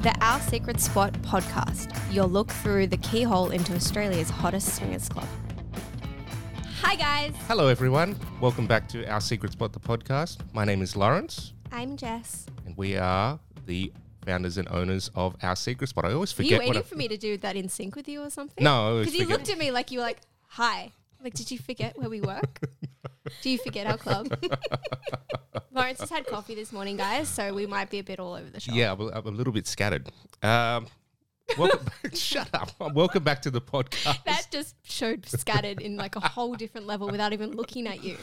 The Our Secret Spot podcast, your look through the keyhole into Australia's hottest swingers club. Hi, guys. Hello, everyone. Welcome back to Our Secret Spot, the podcast. My name is Lawrence, I'm Jess. and we are the founders and owners of Our Secret Spot. I always Were forget you what I- waiting for me to do that in sync with you or something? No, I always Because you forget. looked at me like you were like, hi. Like, did you forget where we work? do you forget our club? Lawrence has had coffee this morning, guys, so we might be a bit all over the shop. Yeah, I'm, a- I'm a little bit scattered. Um, welcome, shut up. Welcome back to the podcast. That just showed scattered in like a whole different level without even looking at you.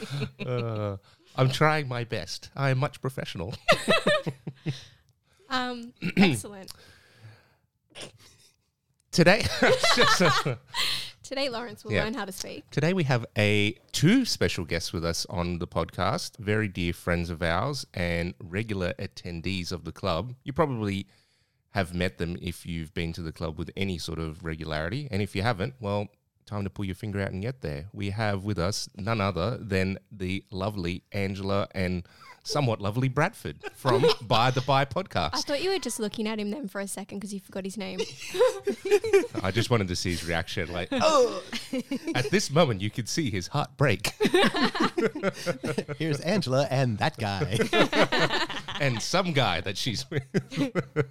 Uh, I'm trying my best. I am much professional. Um, excellent. Today, just- Today, Lawrence will Yeah. learn how to speak. Today we have a two special guests with us on the podcast, very dear friends of ours and regular attendees of the club. You probably have met them if you've been to the club with any sort of regularity, and if you haven't, well, time to pull your finger out and get there. We have with us none other than the lovely Angela and somewhat lovely Bradford from By the By I podcast. thought you were just looking at him then for a second because you forgot his name. I just wanted to see his reaction like, "Oh." At this moment you could see his heart break. Here's Angela and that guy. and some guy that she's with.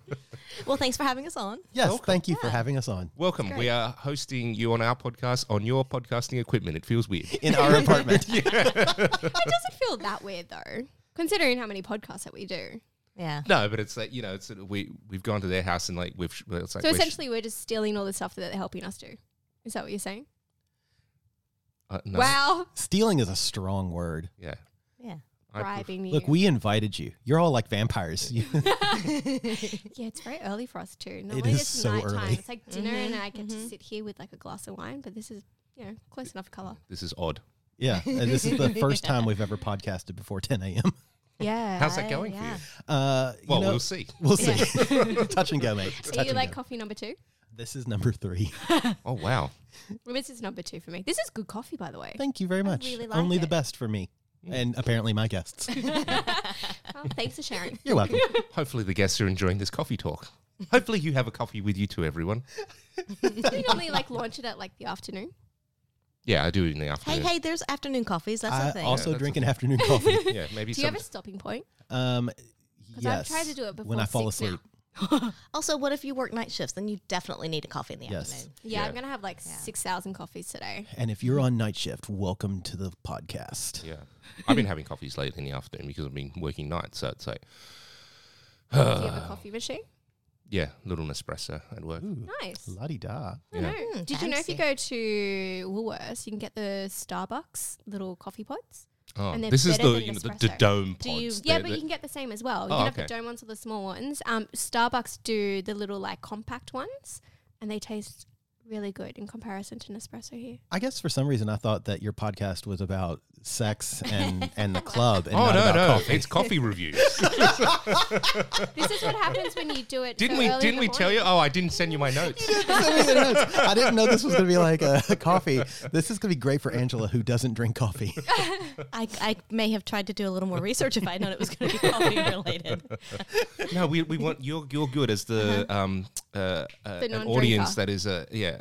Well, thanks for having us on. yes, thank you for having us on Welcome. We are hosting you on our podcast on your podcasting equipment. It feels weird. in our apartment. It doesn't feel that weird though, considering how many podcasts that we do. Yeah. No, but it's like you know, it's we we've gone to their house and like we've. well, It's like So we're sh- essentially, we're just stealing all the stuff that they're helping us do. Is that what you're saying? uh, no. Wow, Stealing is a strong word. Yeah. Yeah. I pref- bribing you. Look, we invited you. You're all like vampires. You- yeah, it's very early for us too. Normally is it's so nighttime. early. It's like dinner, and I get to sit here with like a glass of wine. But this is you know close enough color. this is odd. yeah, and this is the first time we've ever podcasted before 10 a.m. Yeah. How's that I- going yeah. for you? Uh, you Well, know, we'll see. We'll see. Touch and go, mate. Are Touch you and like go. coffee number two? This is number three. Oh wow. Well, this is number two for me. This is good coffee, by the way. Thank you very much. really like Only the it. best for me, and apparently my guests. Oh, thanks for sharing. You're welcome. Hopefully the guests are enjoying this coffee talk. Hopefully you have a coffee with you too, everyone. we normally like launch it at like the afternoon. Yeah, I do in the afternoon. Hey, hey, there's afternoon coffees. That's I a thing. also Yeah, that's drink a an afternoon coffee. Yeah, maybe Do you have some. a stopping point? Um, Because I've yes, tried to do it before when I fall six now. asleep. also, what if you work night shifts? Then you definitely need a coffee in the Yes. afternoon. Yeah, Yeah. I'm gonna have like six thousand coffees today. And if you're on night shift, welcome to the podcast. yeah, I've been having coffees late in the afternoon because I've been working nights. So it's like, Uh. Do you have a coffee machine? yeah, little Nespresso at work. Nice. La di da. I Yeah. Mm-hmm. know. Hmm, Did you know if you go to Woolworths, you can get the Starbucks little coffee pods? Oh, And they're this is better the, than you know, the, the espresso. dome pods. Do you- Yeah, They're but Oh, the- you can get the same as well. You Oh, can have okay. the dome ones or the small ones. Um, Starbucks do the little like compact ones, and they taste really good in comparison to Nespresso here. I guess for some reason I thought that your podcast was about sex and, and the club and oh not no about no, coffee. it's coffee reviews. this is what happens when you do it. didn't so we? early in Didn't the we tell morning. you? Oh, I didn't send you my notes. I didn't know this was going to be like a coffee. This is going to be great for Angela who doesn't drink coffee. I, I may have tried to do a little more research if I would known it was going to be coffee related. no, we, we want you're you're good as the um uh, uh Uh-huh. The an non-drinker. audience that is uh, yeah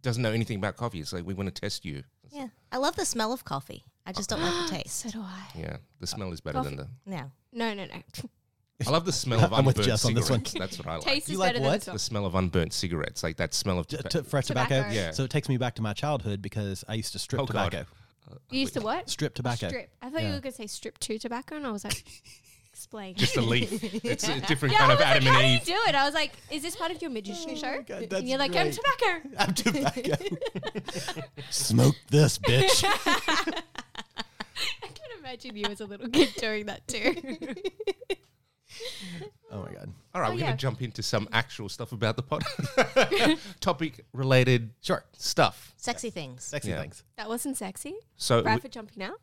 doesn't know anything about coffee. It's like we want to test you. Yeah. I love the smell of coffee. I just don't like the taste. So do I. Yeah, the smell is better than No. No, no, no. the. I love the smell of I'm with unburnt Jess on this cigarettes. one. That's what I like. Taste You is like better than what? the smell. the smell of unburnt cigarettes, like that smell of T- toba- to- fresh tobacco. Tobacco. Yeah. So it takes me back to my childhood because I used to strip Oh, God. tobacco. You used to what? Strip tobacco. Strip. I thought you Yeah. were going to say strip to tobacco, and I was like, explain. just a leaf. It's a different yeah, kind I of was like, Adam how do and you Eve. do it? I was like, is this part of your magician show? God, that's and you're like, I'm great. tobacco. I'm tobacco. Smoke this, bitch. I can imagine you as a little kid doing that too. Oh my God. All Oh, right, we're yeah. gonna jump into some actual stuff about the pod, topic related Sure. stuff. Sexy things. Sexy Yeah. things. that wasn't sexy. So we- Bradford jumping out.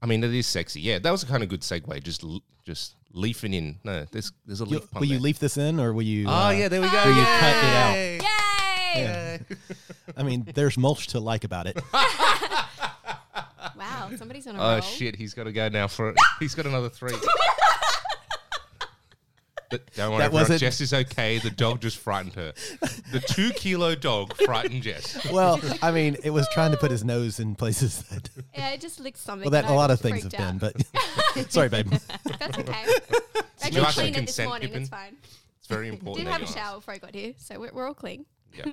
I mean, it is sexy. Yeah, that was a kind of good segue. Just l- just leafing in. No, there's there's a You- leaf pun will you there. leaf this in or will you? Oh uh, yeah, there we go. Will you cut it out? Yay. Yay! I mean, there's mulch to like about it. Wow, somebody's on a roll. Oh shit, he's got to go now for. He's got another three. But don't worry, That everyone, wasn't- Jess is okay. The dog just frightened her. The two kilo dog frightened Jess. Well, I mean, it was trying to put his nose in places that. Yeah, it just licked something. Well, that and I a lot of just things have freaked been, out. but sorry, babe. That's okay. I you did actually clean it this consent, morning. Pippin? It's fine. It's very Did important. that have a you're shower before I got here, so we're, we're all clean. honest.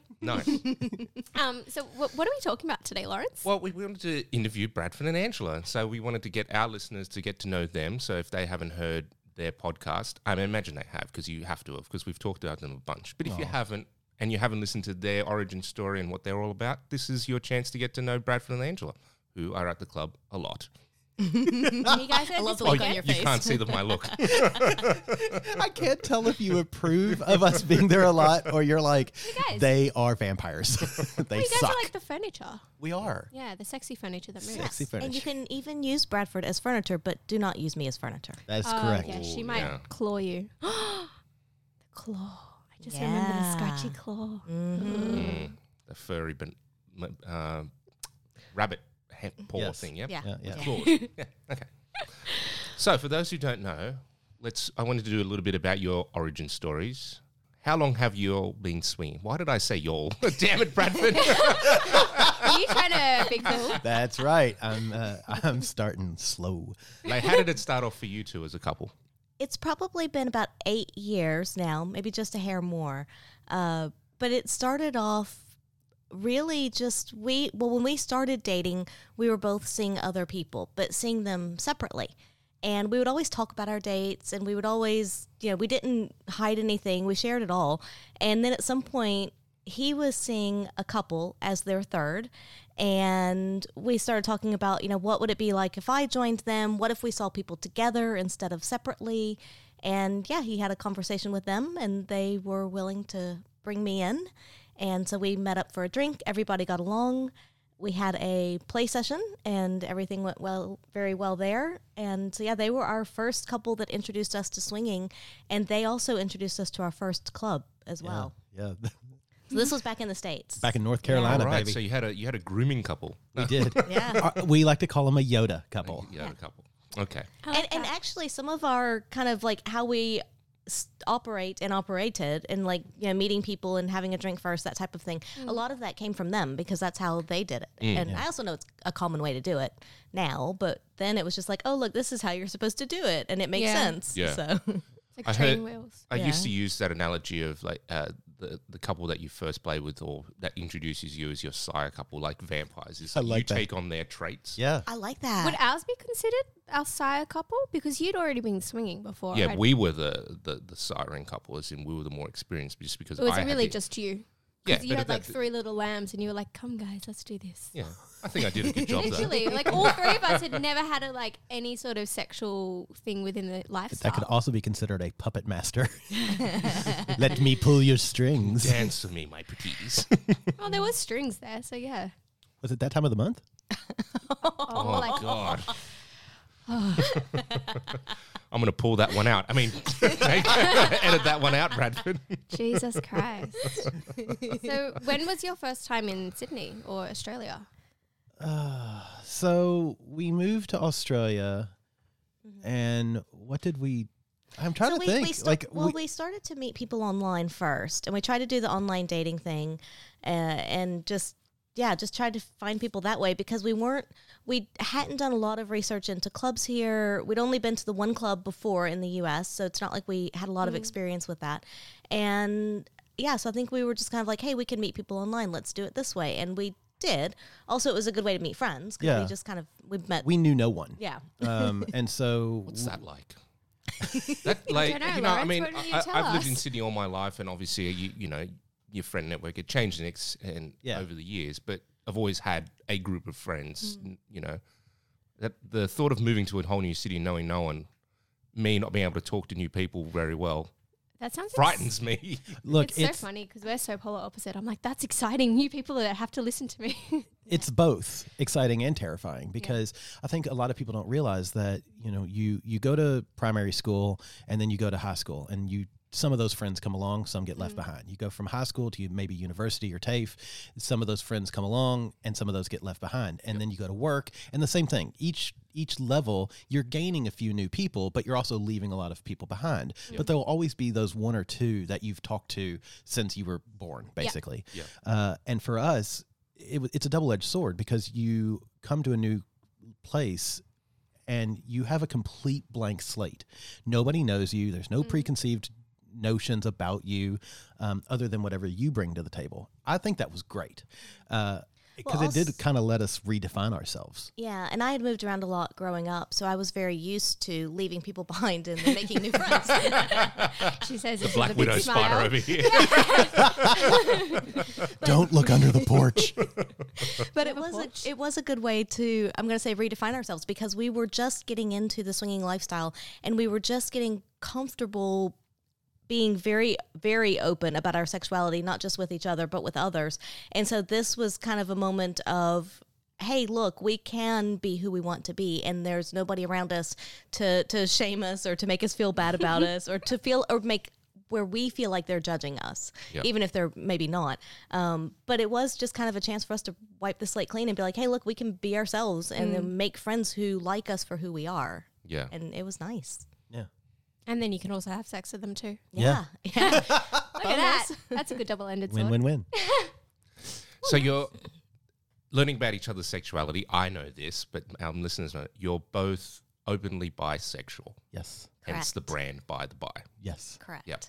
Yeah. Nice. Um, so wh- what are we talking about today, Lawrence? Well, we wanted to interview Bradford and Angela, so we wanted to get our listeners to get to know them. So if they haven't heard their podcast, I mean, imagine they have because you have to have because we've talked about them a bunch. But if you haven't and you haven't listened to their origin story and what they're all about, this is your chance to get to know Bradford and Angela, who are at the club a lot. Oh, And you guys heard I this love the look weekend? on your You face. can't see them, my look. I can't tell if you approve of us being there a lot or you're like, guys- they are vampires. they You guys suck. are like the furniture. we are. Yeah, the sexy furniture that moves. Sexy furniture. And you can even use Bradford as furniture, but do not use me as furniture. That's Oh, correct. Yeah, she Ooh, might yeah. claw you. the claw. I just remember the Yeah. scratchy claw. Mm, the furry but, uh, rabbit he- paw Yes. thing, yeah? Yeah. Yeah, yeah. Claws. yeah. Okay. So, for those who don't know, let's. I wanted to do a little bit about your origin stories. How long have you all been swinging? Why did I say y'all? Damn it, Bradford! Are you trying to be cool? That's right. I'm uh, I'm starting slow. like, how did it start off for you two as a couple? It's probably been about eight years now, maybe just a hair more. Uh, but it started off really just we well when we started dating we were both seeing other people but seeing them separately and we would always talk about our dates and we would always you know we didn't hide anything we shared it all and then at some point he was seeing a couple as their third and we started talking about you know what would it be like if i joined them what if we saw people together instead of separately and yeah he had a conversation with them and they were willing to bring me in and so we met up for a drink. Everybody got along. We had a play session and everything went well, very well there. And so, yeah, they were our first couple that introduced us to swinging. And they also introduced us to our first club as well. Yeah. So, this was back in the States. Back in North All Carolina, right, baby. so you had a you had a grooming couple. we did. yeah. Uh, we like to call them a Yoda couple. You had a couple. Okay. and, and actually some of our kind of like how we s- operate and operated and like you know meeting people and having a drink first that type of thing a lot of that came from them because that's how they did it and i also know it's a common way to do it now but then it was just like oh look this is how you're supposed to do it and it makes Yeah. sense Yeah. so It's I like training heard- wheels. I used to Yeah. use that analogy of like uh, the the couple that you first play with or that introduces you as your sire couple, like vampires. Is I like you like that. take on their traits. Yeah. i like Uh, that Would ours be considered our sire couple? Because you'd already been swinging before. Yeah, right? we were the the the siren couple, as in we were the more experienced, just because Or was I it had really the- just you? Yeah, Because you but had that- like three little lambs and you were like, come guys, let's do this. Yeah, I think I did a good job there. Literally, like all three of us had never had a, like any sort of sexual thing within the lifestyle. That could also be considered a puppet master. Let me pull your strings. Dance for me, my pretties. oh, there was strings there, so yeah. Was it that time of the month? Oh, oh like, oh. God. I'm gonna pull that one out. I mean, edit that one out, Bradford. Jesus Christ. so, when was your first time in Sydney or Australia? So we moved to Australia, and what did we? I'm trying Mm-hmm. to so we, think. we sta- like well, we- we, started to meet people online first, and we tried to do the online dating thing, uh, and just yeah, just tried to find people that way because we weren't we hadn't done a lot of research into clubs here. We'd only been to the one club before in the U.S., so it's not like we had a lot Mm-hmm. of experience with that, and yeah, so I think we were just kind of like, hey, we can meet people online. Let's do it this way, and we did. Also, it was a good way to meet friends because Yeah. we just kind of we met. we knew no one. yeah. Um, and so What's that like? That like dunno, you know, I Lawrence, mean, why don't you I, tell I've lived us? in Sydney all my life, and obviously, you you know, your friend network it changed and ex- and Yeah. over the years, but I've always had a group of friends. Hmm. n- You know, that the thought of moving to a whole new city, and knowing no one, me not being able to talk to new people very well, That sounds ex- frightens me. look, It's, it's it's, so funny because we're so polar opposite. I'm like, that's exciting. New people that have to listen to me. both exciting and terrifying because I think a lot of people don't realize that you know you you go to primary school and then you go to high school and you. Some of those friends come along, some get left Mm-hmm. behind. You go from high school to maybe university or TAFE. Some of those friends come along, and some of those get left behind. And then you go to work, and the same thing. Each each level, you're gaining a few new people, but you're also leaving a lot of people behind. But there will always be those one or two that you've talked to since you were born, basically. Yeah. Uh, and for us, it, w- it's a double edged sword because you come to a new place and you have a complete blank slate. Nobody knows you, there's Mm-hmm. no preconceived notions about you um, other than whatever you bring to the table. I think that was great. Because Well, it did als- kind of let us redefine ourselves. Yeah, and I had moved around a lot growing up, so I was very used to leaving people behind and then making new friends. She says it's Black with a Widow big spider smile. over here. Don't look under the porch. but it was a, it was a good way to I'm going to say redefine ourselves because we were just getting into the swinging lifestyle and we were just getting comfortable being very very open about our sexuality not just with each other but with others. And so this was kind of a moment of hey look we can be who we want to be and there's nobody around us to to shame us or to make us feel bad about us or to feel or make where we feel like they're judging us, even if they're maybe not. Um, but it was just kind of a chance for us to wipe the slate clean and be like, hey, look, we can be ourselves and Mm. then make friends who like us for who we are. Yeah. And it was nice. Yeah. And then you can also have sex with them too. Yeah. Yeah. Look at that. That's a good double ended sword. Win, win, win. So you're learning about each other's sexuality. I know this, but our listeners know you're both openly bisexual. Yes. Hence the brand by the by. Yes. Correct. Yep.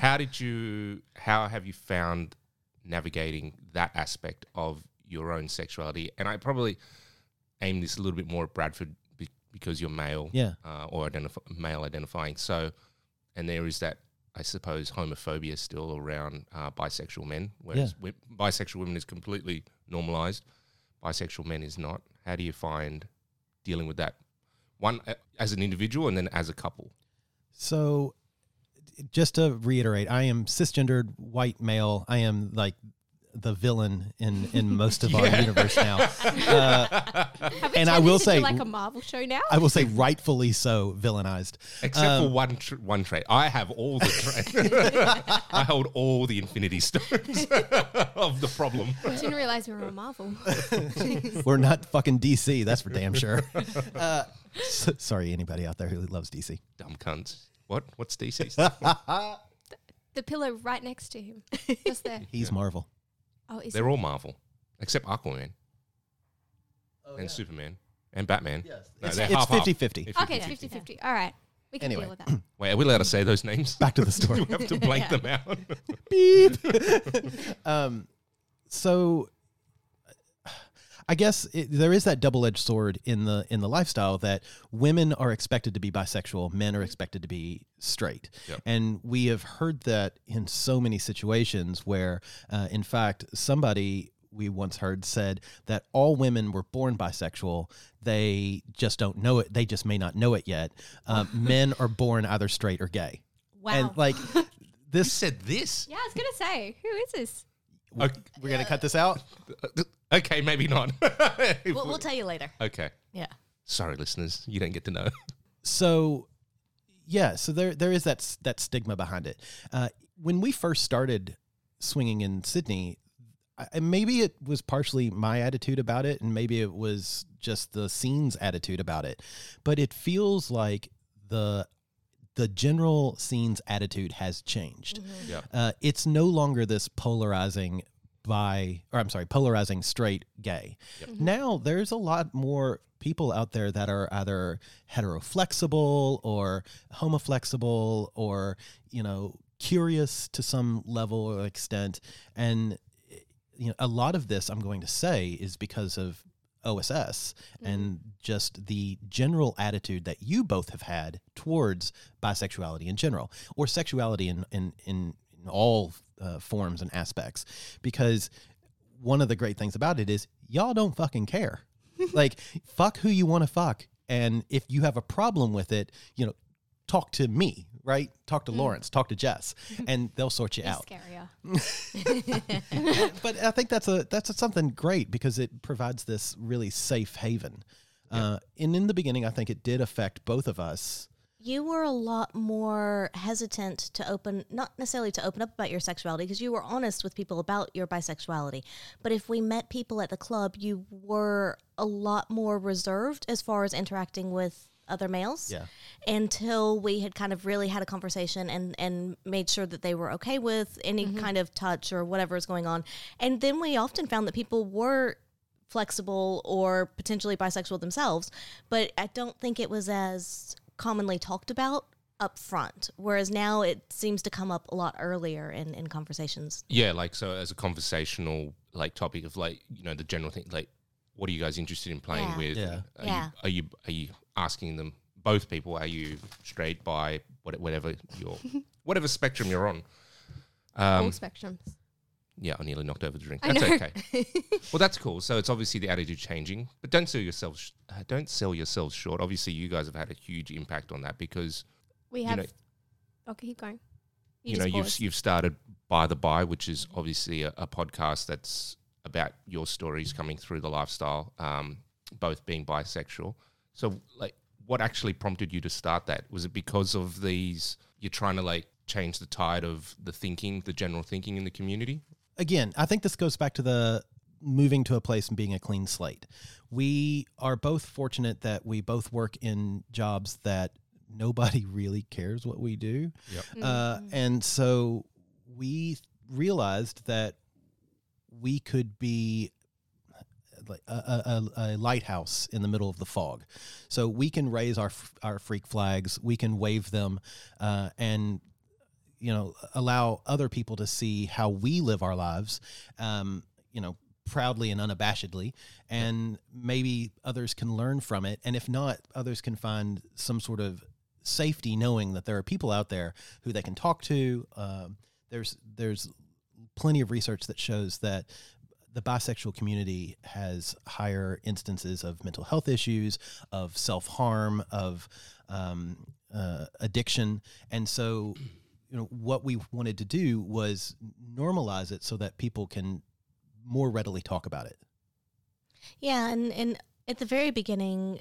how did you how have you found navigating that aspect of your own sexuality? And I probably aim this a little bit more at Bradford be- because you're male. Yeah. uh, or identify, male identifying. So, and there is that, I suppose, homophobia still around uh, bisexual men, whereas wi- bisexual women is completely normalized. Bisexual men is not. How do you find dealing with that? One uh, as an individual and then as a couple. So, just to reiterate, I am cisgendered white male. I am like the villain in in most of our universe now. Have we And I turned will this into say- like a Marvel show now. I will say rightfully so villainized. Except for Um, one tr- one trait, I have all the traits. I hold all the infinity stones of the problem. I didn't realize we were a Marvel. We're not fucking DC. That's for damn sure. Uh, s- sorry, anybody out there who loves DC. Dumb cunts. What? What's DC's? the pillow right next to him, just there. He's Marvel. Oh, is They're all Marvel, except Aquaman and Superman and Batman. Yes, It's- it's 50-50. okay. It's 50 50. All right, we can Anyway. deal with that. Wait, are we allowed to say those names? Back to the story. we have to blank them out. beep. um, so I guess it, there is that double-edged sword in the in the lifestyle that women are expected to be bisexual, men are expected to be straight, Mm-hmm. Yep. and we have heard that in so many situations where, uh, in fact, somebody we once heard said that all women were born bisexual. They just don't know it. They just may not know it yet. Uh, men are born either straight or gay, Wow. and like Who this. said this? yeah, I was gonna say, who is this? Okay, We're gonna cut this out. okay, maybe not. We'll, we'll tell you later. okay. Yeah. Sorry, listeners. You don't get to know. so yeah so there there is that s- that stigma behind it uh, when we first started swinging in sydney I, and maybe it was partially my attitude about it and maybe it was just the scene's attitude about it but it feels like the the general scene's attitude has changed Yeah. uh, it's no longer this polarizing by or I'm sorry, polarizing straight gay. Now there's a lot more people out there that are either heteroflexible or homoflexible or, you know, curious to some level or extent. And you know, a lot of this I'm going to say is because of OSS and just the general attitude that you both have had towards bisexuality in general or sexuality in in in, in all uh, forms and aspects because one of the great things about it is y'all don't fucking care. like fuck who you want to fuck and if you have a problem with it, you know, talk to me, right? Talk to Lawrence, talk to Jess and they'll sort you He's out scarier. but I think that's a that's something great because it provides this really safe haven. Uh, and in the beginning, I think it did affect both of us You were a lot more hesitant to open, not necessarily to open up about your sexuality, because you were honest with people about your bisexuality. But if we met people at the club, you were a lot more reserved as far as interacting with other males Yeah. until we had kind of really had a conversation and and made sure that they were okay with any kind of touch or whatever is going on and then we often found that people were flexible or potentially bisexual themselves but i don't think it was as commonly talked about up front whereas now it seems to come up a lot earlier in in conversations Yeah, like so as a conversational like topic of like you know the general thing like what are you guys interested in playing Yeah. with? Yeah. Are, Yeah. You, are you are you asking them both people? Are you straight by whatever your whatever spectrum you're on? all Um, spectrums. yeah, I nearly knocked over the drink. I That's know. okay. Well, that's cool. So it's obviously the attitude changing, but don't sell yourselves sh- uh, don't sell yourselves short. Obviously, you guys have had a huge impact on that because we you have. know- okay, keep going. you, You, know just you've paused. you've started by the by, which is obviously a, a podcast that's about your stories coming through the lifestyle, um, both being bisexual. So, like, what actually prompted you to start that? Was it because of these? You're trying to like change the tide of the thinking, the general thinking in the community. again, I think this goes back to the moving to a place and being a clean slate. We are both fortunate that we both work in jobs that nobody really cares what we do. Yep. Uh, and so we realized that we could be like a, a, a a lighthouse in the middle of the fog. So we can raise our f- our freak flags, we can wave them, uh, and you know allow other people to see how we live our lives um, you know proudly and unabashedly and maybe others can learn from it and if not others can find some sort of safety knowing that there are people out there who they can talk to um, there's there's plenty of research that shows that the bisexual community has higher instances of mental health issues, of self harm, of um, uh, addiction, and so you know what we wanted to do was normalize it so that people can more readily talk about it. Yeah, and and at the very beginning,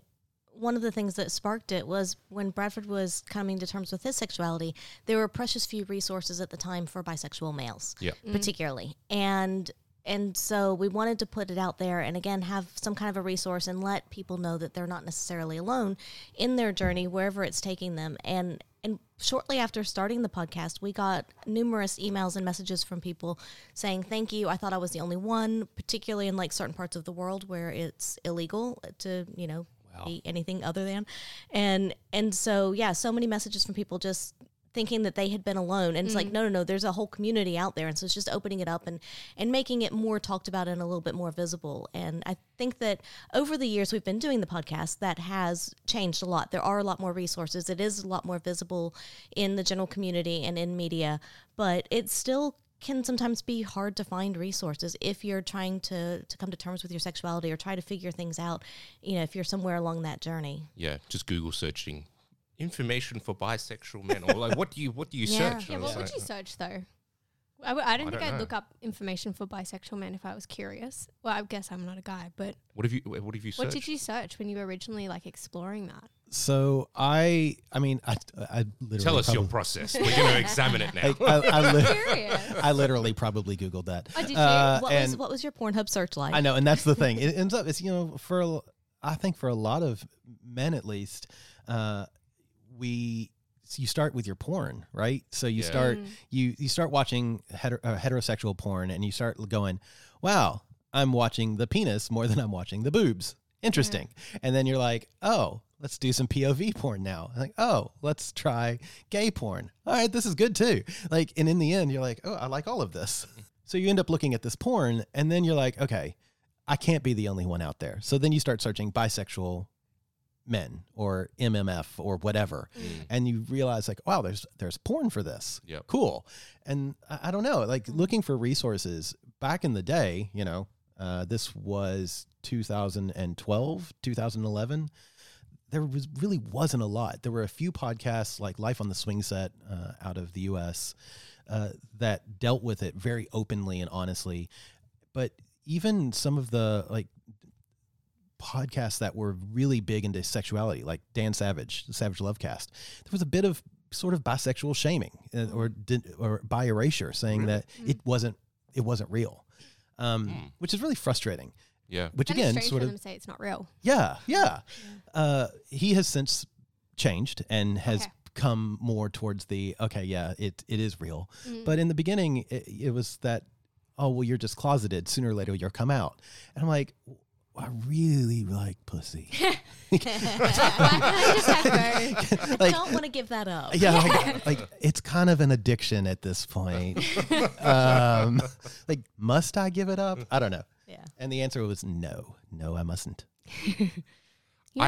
one of the things that sparked it was when Bradford was coming to terms with his sexuality. There were precious few resources at the time for bisexual males, Yeah. particularly, and and so we wanted to put it out there and again have some kind of a resource and let people know that they're not necessarily alone in their journey wherever it's taking them and and shortly after starting the podcast, we got numerous emails and messages from people saying, Thank you. I thought I was the only one, particularly in like certain parts of the world where it's illegal to, you know, be anything other than. And and so yeah, so many messages from people just thinking that they had been alone and it's like no no no there's a whole community out there and so it's just opening it up and and making it more talked about and a little bit more visible and i think that over the years we've been doing the podcast that has changed a lot there are a lot more resources it is a lot more visible in the general community and in media but it still can sometimes be hard to find resources if you're trying to to come to terms with your sexuality or try to figure things out you know if you're somewhere along that journey Yeah, just Google searching information for bisexual men, or like, what do you what do you Yeah. search? Yeah, And what it's would like, you search though? I, w- I don't I think don't I'd know. look up information for bisexual men if I was curious. Well, I guess I'm not a guy, but what have you what have you what searched? did you search when you were originally like exploring that? So I, I mean, I, I literally Tell us your probably- process. We're going to examine it now. I, I, li- Curious. I literally probably googled that. Uh, Oh, did you? what and- was what was your pornhub search like I know, and that's the thing. It ends up it's you know for a- I think for a lot of men at least, uh, we so you start with your porn, right? So you Yeah. start you you start watching heter- uh, heterosexual porn, and you start going, "Wow, I'm watching the penis more than I'm watching the boobs." Interesting. And then you're like, "Oh." Let's do some POV porn now. And like, oh, let's try gay porn. All right, this is good too. Like, and in the end, you're like, oh, I like all of this. So you end up looking at this porn, and then you're like, okay, I can't be the only one out there. So then you start searching bisexual men or MMF or whatever, and you realize like, wow, there's there's porn for this. Mm. Yep. cool. And I, I don't know, like looking for resources back in the day, you know, uh, this was 2012, 2011 there was really wasn't a lot. There were a few podcasts like Life on the Swing Set uh, out of the U.S. Uh, that dealt with it very openly and honestly, but even some of the like podcasts that were really big into sexuality, like Dan Savage, the Savage Lovecast, there was a bit of sort of bisexual shaming uh, or did, or bi erasure, saying that it wasn't it wasn't real, um, which is really frustrating. Yeah. Which And it's again, strange sort for of them to say it's not real. yeah, yeah. Uh, he has since changed and has Okay. come more towards the okay, yeah, it it is real. But in the beginning, it, it was that oh well, you're just closeted. Sooner or later, you'll come out. And I'm like, I really like pussy. I just have to go. like, Don't want to give that up. yeah, Like, like it's kind of an addiction at this point. um, like, must I give it up? I don't know. Yeah. And the answer was no, no, I mustn't. You're I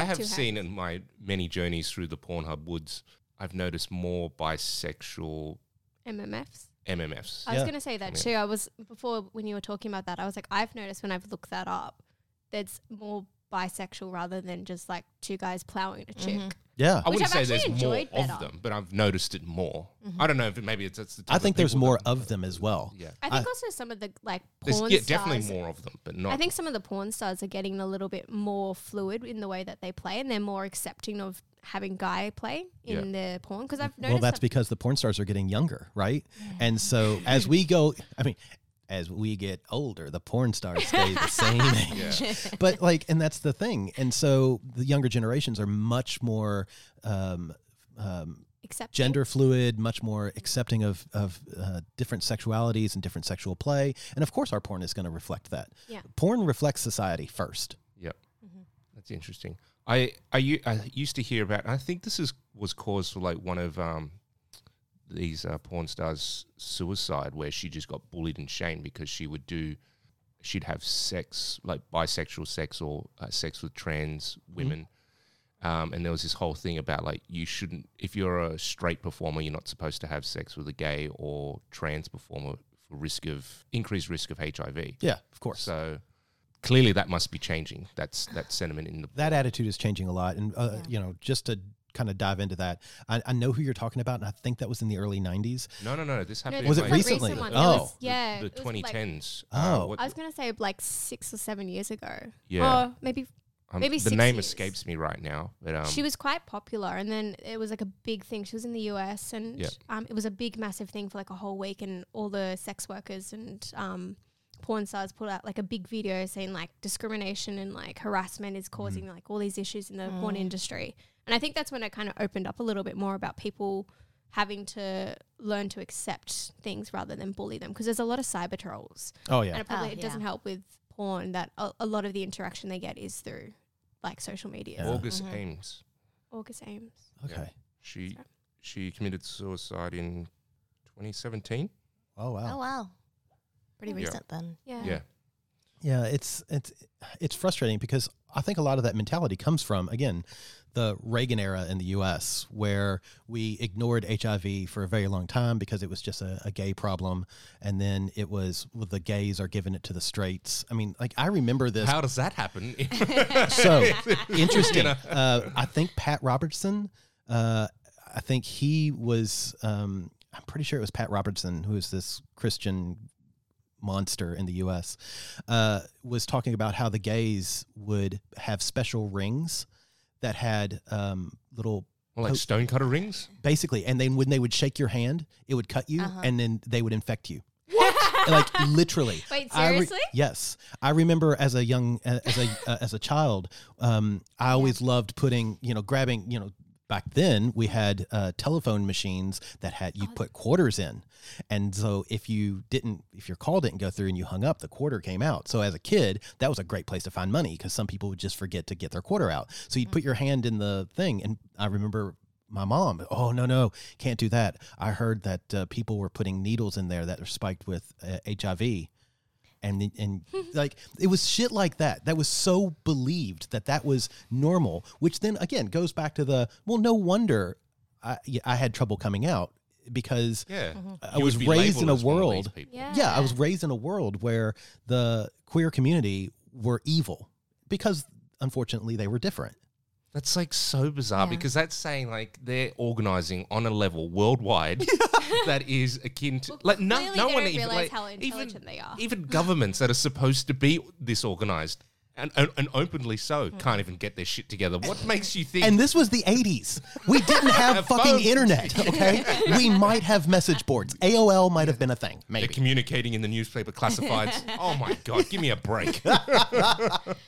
not too have high. seen in my many journeys through the Pornhub woods, I've noticed more bisexual MMFs. MMFs. I was Yeah. going to say that Yeah. too. I was before when you were talking about that. I was like, I've noticed when I've looked that up, there's more bisexual rather than just like two guys plowing a chick. Mm-hmm. Yeah. I wouldn't I've say there's actually more enjoyed of better. Mm-hmm. them, but I've noticed it more. I don't know if it, maybe it's, it's the I type think there's people more that- of them as well. Yeah. I think also some of the like There's porn yeah, stars. definitely more of them, but not. I think some of the porn stars are getting a little bit more fluid in the way that they play, and they're more accepting of having guy play in their porn. Because I've noticed Well, that's that- because the porn stars are getting younger, right? And so as we go, I mean, as we get older, the porn stars stay the same age. But like, and that's the thing. And so the younger generations are much more um, um, accepting. gender fluid, much more accepting of of uh, different sexualities and different sexual play. And of course, our porn is going to reflect that. Yeah. Porn reflects society first. Yeah, that's interesting. I I, u- I used to hear about. I think this is was caused for like one of um these uh, porn stars' suicide, where she just got bullied and shamed because she would do, she'd have sex like bisexual sex or uh, sex with trans women. Um, and there was this whole thing about like you shouldn't if you're a straight performer you're not supposed to have sex with a gay or trans performer for risk of increased risk of HIV. Yeah, of course. So clearly, that must be changing. That's that sentiment in the that attitude is changing a lot and uh, you know just to kind of dive into that I, I know who you're talking about and i think that was in the early 90s no, no, no. This No, happened. this Was in it is like a recent? recently? recent one. It Oh. was- yeah. the it was, like, 2010s. Oh. what- I was gonna say like six or seven years ago. Yeah. Or maybe um, maybe the six name years. escapes me right now, but um, she was quite popular, and then it was like a big thing. She was in the US, and Yeah. um, it was a big, massive thing for like a whole week, and all the sex workers and um, porn stars put out like a big video saying like discrimination and like harassment is causing Mm. like all these issues in the Mm. porn industry. And I think that's when it kind of opened up a little bit more about people having to learn to accept things rather than bully them because there's a lot of cyber trolls oh yeah and it probably Oh, it doesn't yeah. help with porn that a, a lot of the interaction they get is through like social media. August uh-huh. Ames. August Ames. okay She she committed suicide in 2017. oh wow Oh wow. Pretty Yeah. recent then. Yeah. Yeah. yeah it's it's it's frustrating because i think a lot of that mentality comes from again the reagan era in the us where we ignored hiv for a very long time because it was just a, a gay problem and then it was well, the gays are giving it to the straights i mean like i remember this How does that happen? So interesting. Uh, I think Pat Robertson. Uh, I think he was. Um, I'm pretty sure it was Pat Robertson who is this Christian monster in the U.S. Uh, was talking about how the gays would have special rings that had um, little. well, like stonecutter rings. Basically, and then when they would shake your hand, it would cut you, Uh-huh. and then they would infect you. What? like literally. Wait, I re- seriously? yes, I remember as a young as a uh, as a child, um, I always loved putting you know grabbing you know back then we had uh, telephone machines that had you put quarters in, and so if you didn't if your call didn't go through and you hung up, the quarter came out. So as a kid, that was a great place to find money because some people would just forget to get their quarter out. So you'd put Mm. your hand in the thing, and I remember my mom, oh no no, can't do that. I heard that uh, people were putting needles in there that are spiked with uh, HIV, and then- and like it was shit like that. That was so believed that that was normal, which then again goes back to the well, no wonder I yeah, I had trouble coming out because Yeah. I You was would be raised in labeled a as one of these world people. Uh-huh. Yeah. yeah, I was raised in a world where the queer community were evil because unfortunately they were different. That's like so bizarre because that's saying like they're organizing on a level worldwide that is akin to like no, clearly no they one don't even realize like, how even, intelligent they are. even governments that are supposed to be this organized and, and, and openly so can't even get their shit together. What makes you think? And this was the 80s. We didn't have Have fucking phones. internet, okay? We might have message boards. AOL might have been a thing, they're maybe. communicating in the newspaper classifieds. oh my god, give me a break.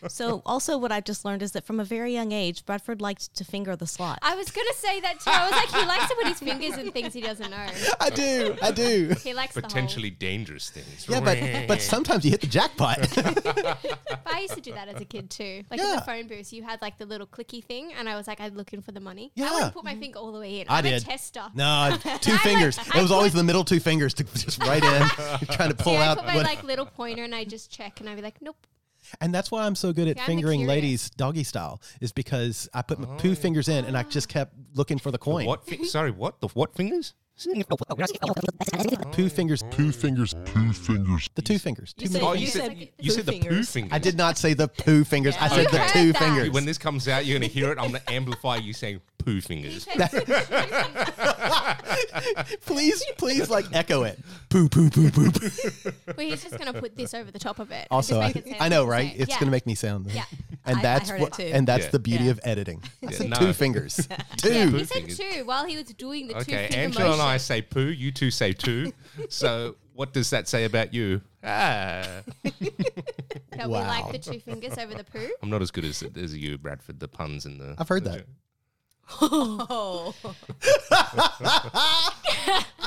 So, also, what I've just learned is that from a very young age, Bradford liked to finger the slot. I was gonna say that too. I was like, he likes to put his fingers in things he doesn't know. I do. I do. He likes Potentially dangerous things. Yeah, but but sometimes you hit the jackpot. The whole. But I used to do that as a kid too. Like in Yeah. the phone booth, you had like the little clicky thing, and I was like, I'm looking for the money. Yeah. Mm-hmm. I wouldn't put my finger all the way in. I am did. a tester. No, two I fingers. would- it I was always would- the middle two fingers to just right in, trying to pull Yeah, I out. put my what- like little pointer and I just check, and I'd be like, nope. and that's why I'm so good at Yeah, I'm the fingering curious. ladies doggy style, is because I put my two fingers in and I just kept looking for the coin. Oh. what? Fi- sorry, what the what fingers? Two fingers. Two fingers. Two fingers. The two fingers. Two You middle Oh, You you fingers. said said you said the poo poo fingers. fingers. I did not say the poo fingers. I said You the heard two that. fingers. When this comes out, you're going to hear it. I'm going to amplify you saying poo fingers. please, please, like echo it. Poo, poo, poo, poo, poo. Well, he's just gonna put this over the top of it. Also, I, Just make it sound I know, the right? same. It's Yeah. gonna make me sound. Yeah. And I- I that's heard it what. too. And that's Yeah. the beauty Yeah. of editing. I Yeah, said no. two fingers. two. Yeah, Two he said fingers. two while he was doing the Okay, two finger Angela and I motion. say poo. You two say two. so what does that say about you? Ah, That we Wow. like the two fingers over the poo. I'm not as good as as you, Bradford. The puns and the I've heard that. Oh.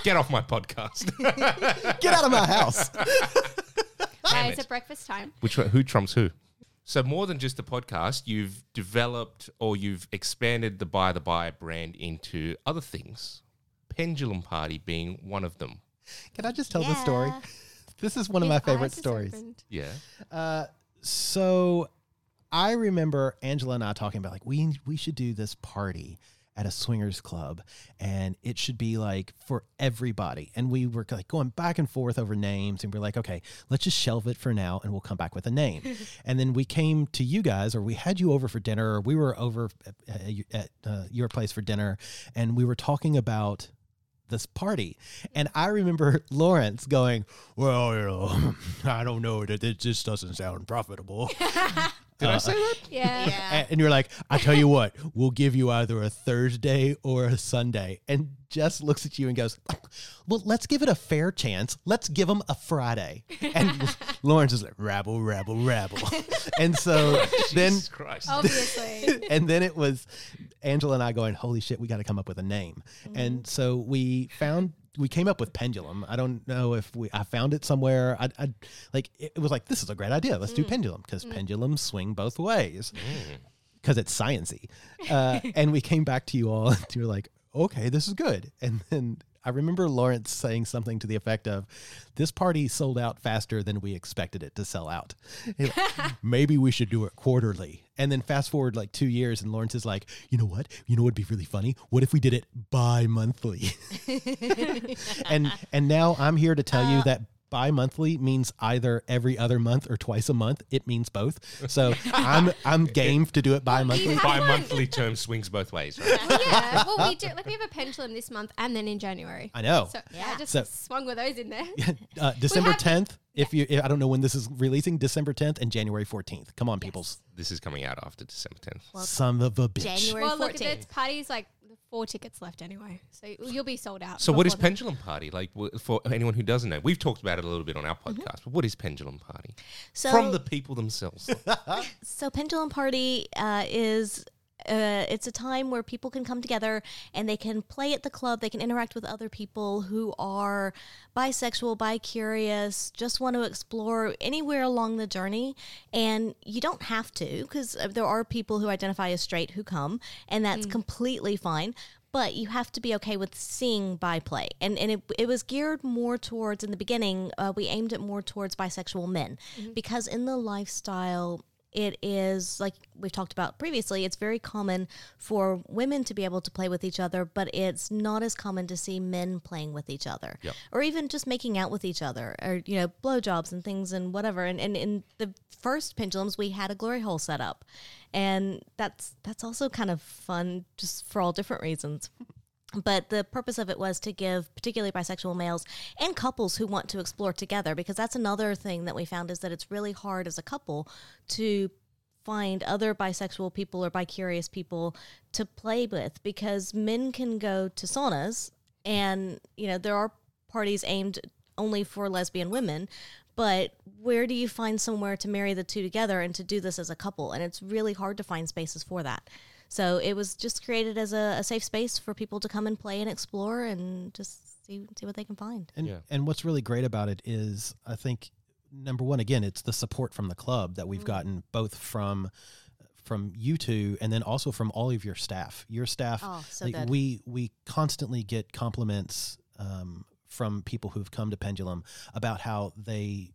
Get off my podcast. Get out of my house. Guys, it. at breakfast time. Which one, who trumps who? So more than just a podcast, you've developed or you've expanded the Buy the Buy brand into other things. Pendulum Party being one of them. Can I just tell the story? Yeah. This is one of His my eyes favorite is stories. opened. Yeah. So I remember Angela and I talking about like we we should do this party at a swingers club and it should be like for everybody. And we were like going back and forth over names and we're like, okay, let's just shelve it for now and we'll come back with a name. and then we came to you guys or we had you over for dinner or we were over at, at uh, your place for dinner and we were talking about this party. And I remember Lawrence going, Well, you know, I don't know that it just doesn't sound profitable. Did I say that? Yeah. and, and you're like, I tell you what, we'll give you either a Thursday or a Sunday. And Jess looks at you and goes, Well, let's give it a fair chance. Let's give them a Friday. And Lawrence is like, Rabble, rabble, rabble. and so then Jesus Christ. Oh, Obviously. and then it was Angela and I going, "Holy shit, we got to come up with a name." And so we found we came up with pendulum. I don't know if we I found it somewhere. I, I like it was like this is a great idea. Let's do pendulum because pendulums swing both ways because it's sciency. Uh, and we came back to you all and you were like, "Okay, this is good." And then. I remember Lawrence saying something to the effect of, "This party sold out faster than we expected it to sell out." He like, maybe we should do it quarterly. And then fast forward like two years, and Lawrence is like, you know what? You know what'd be really funny? What if we did it bi-monthly? and and now I'm here to tell you that bi-monthly means either every other month or twice a month. It means both. So I'm I'm game to do it bi-monthly. have- Bi monthly term swings both ways, right? Well, yeah. Well, we do. Like we have a pendulum this month, and then in January. I know. So yeah, I just So- swung with those in there. Uh, December have- 10th. If you, I don't know when this is releasing, December 10th and January 14th. Come on, peoples. This is coming out after December 10th. Son of a bitch. January Well, look, 14th. there's parties like four tickets left anyway, so you'll be sold out. So, what is before the- Pendulum Party? Like, w- for anyone who doesn't know, we've talked about it a little bit on our podcast, but what is Pendulum Party? So, From the people themselves. so pendulum party uh, is uh, it's a time where people can come together and they can play at the club they can interact with other people who are bisexual bi-curious just want to explore anywhere along the journey and you don't have to because there are people who identify as straight who come and that's completely fine but you have to be okay with seeing bi play. And and it, it was geared more towards in the beginning. Uh, we aimed it more towards bisexual men because in the lifestyle. It is like we've talked about previously, it's very common for women to be able to play with each other, but it's not as common to see men playing with each other or even just making out with each other or, you know, blowjobs and things and whatever. And, and in the first pendulums, we had a glory hole set up and that's that's also kind of fun just for all different reasons but the purpose of it was to give particularly bisexual males and couples who want to explore together because that's another thing that we found is that it's really hard as a couple to find other bisexual people or bicurious people to play with because men can go to saunas and you know there are parties aimed only for lesbian women but where do you find somewhere to marry the two together and to do this as a couple and it's really hard to find spaces for that so it was just created as a, a safe space for people to come and play and explore and just see see what they can find And Yeah. and what's really great about it is I think number one again it's the support from the club that Mm-hmm. we've gotten both from from you two and then also from all of your staff. Your staff Oh, so like good. we we constantly get compliments um, from people who've come to Pendulum about how they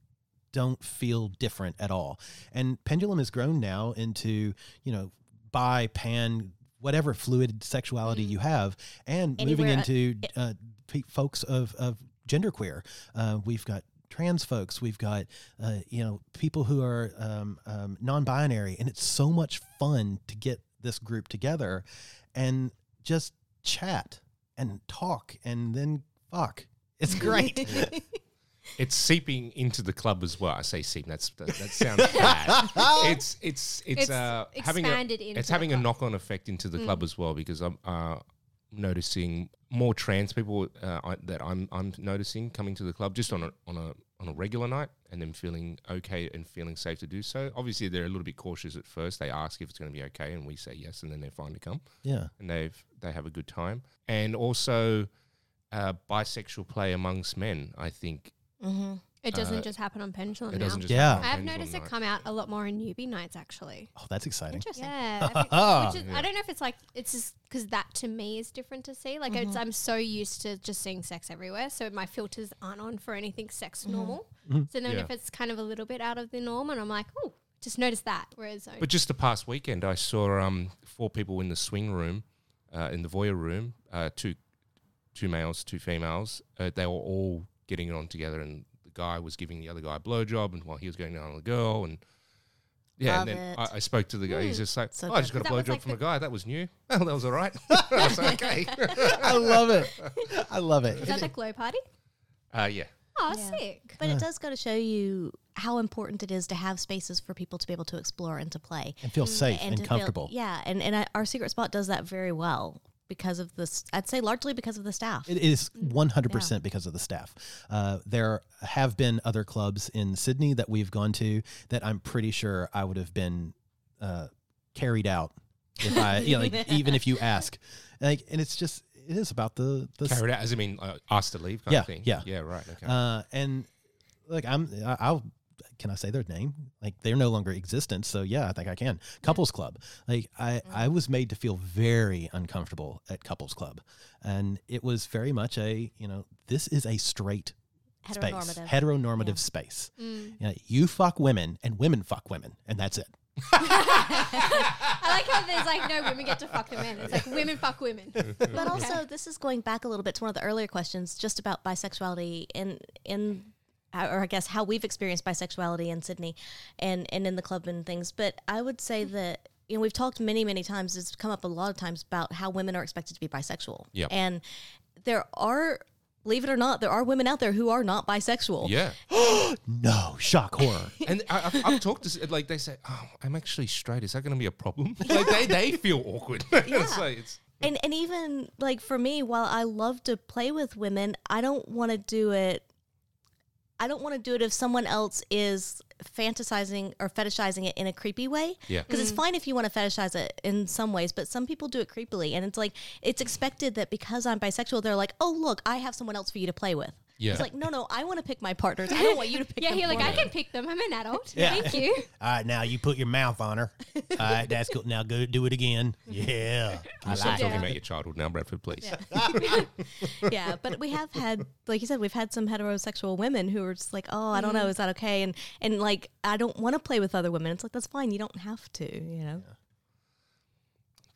don't feel different at all. And Pendulum has grown now into, you know, bi, pan, whatever fluid sexuality you have, and moving Mm-hmm. Anywhere, uh, into uh, pe- folks of, of genderqueer. Uh, we've got trans folks, we've got, uh, you know, people who are um, um, non binary. And it's so much fun to get this group together and just chat and talk and then fuck. It's great. It's seeping into the club as well. I say seep. That's that, that sounds bad. it's it's it's, It's uh, having a, expanded into Mm. it's the having a club. knock on effect into the club as well because I'm uh, noticing more trans people uh, I, that I'm I'm noticing coming to the club just on a on a on a regular night and then feeling okay and feeling safe to do so. Obviously, they're a little bit cautious at first. They ask if it's going to be okay, and we say yes, and then they're fine to come yeah. and they've they have a good time. And also, uh, bisexual play amongst men. I think It doesn't just happen on Pendulum Uh, it now. doesn't just Yeah. I happen on have Ben's noticed one it night. come out a lot more in newbie nights, actually. Oh, that's exciting. interesting Yeah, I think- which is, I don't know if it's like it's just because that to me is different to see. Like it's, I'm so used to just seeing sex everywhere, so my filters aren't on for anything sex normal. So then Yeah. if it's kind of a little bit out of the norm, and I'm like, oh, just notice that. Whereas I- But just the past weekend, I saw um, four people in the swing room, uh, in the voyeur room, uh, two two males, two females. Uh, they were all getting it on together, and the guy was giving the other guy a blowjob, and while he was going down on the girl, and yeah, Love and then it. I, I spoke to the guy. He's just like, so "Oh, I just good. got That a was blowjob like from the- a guy. That was new. that was all right. I was like, okay. I love it. I love it. is that the glow party? uh, yeah, Oh, Yeah. sick. But it does go to show you how important it is to have spaces for people to be able to explore and to play and feel safe and, Mm, to feel- comfortable. yeah, and and I, our secret spot does that very well because of this. I'd say largely because of the staff. It is 100% because of the staff. Uh, there have been other clubs in Sydney that we've gone to that I'm pretty sure I would have been uh, carried out if I, you know, like, even if you ask. Like, and it's just, it is about the, the carried out as I mean, uh, asked to leave kind Yeah, of thing. yeah. yeah, right. Okay. Uh, and like I'm, I- I'll can I say their name? Like they're no longer existent. So yeah, Mm. I think I can. Couples Club. Like I, I was made to feel very uncomfortable at Couples Club, and it was very much a you know this is a straight space, Heteronormative. heteronormative Mm. space. You, know, you fuck women, and women fuck women, and that's it. I like how there's like no women get to fuck the men. It's like women fuck women. But also, this is going back a little bit to one of the earlier questions, just about bisexuality in in uh, or I guess how we've experienced bisexuality in Sydney, and and in the club and things. But I would say that you know we've talked many many times. It's come up a lot of times about how women are expected to be bisexual. Yep. and there are. Believe it or not, there are women out there who are not bisexual. yeah, No shock horror. and I, I've, I've talked to s- like they say, "Oh, I'm actually straight. Is that going to be a problem?" Like they, they feel awkward. it's like it's and and even like for me while i love to play with women i don't want to do it i don't want to do it if someone else is fantasizing or fetishizing it in a creepy way Yeah. because Mm. it's fine if you want to fetishize it in some ways but some people do it creepily and it's like it's expected that because i'm bisexual they're like oh look i have someone else for you to play with Yeah. it's like no no i want to pick my partners i don't want you to pick Yeah, them you're like for I me." can pick them. I'm an adult. Yeah. Thank you. All right, now you put your mouth on her. All right, that's cool. Now go do it again. Yeah, I Can you stop like it. talking about your childhood now, Bradford, please. yeah, but we have had, like you said, we've had some heterosexual women who are just like, oh, I don't know, is that okay? And and like, I don't want to play with other women. It's like that's fine. You don't have to, you know.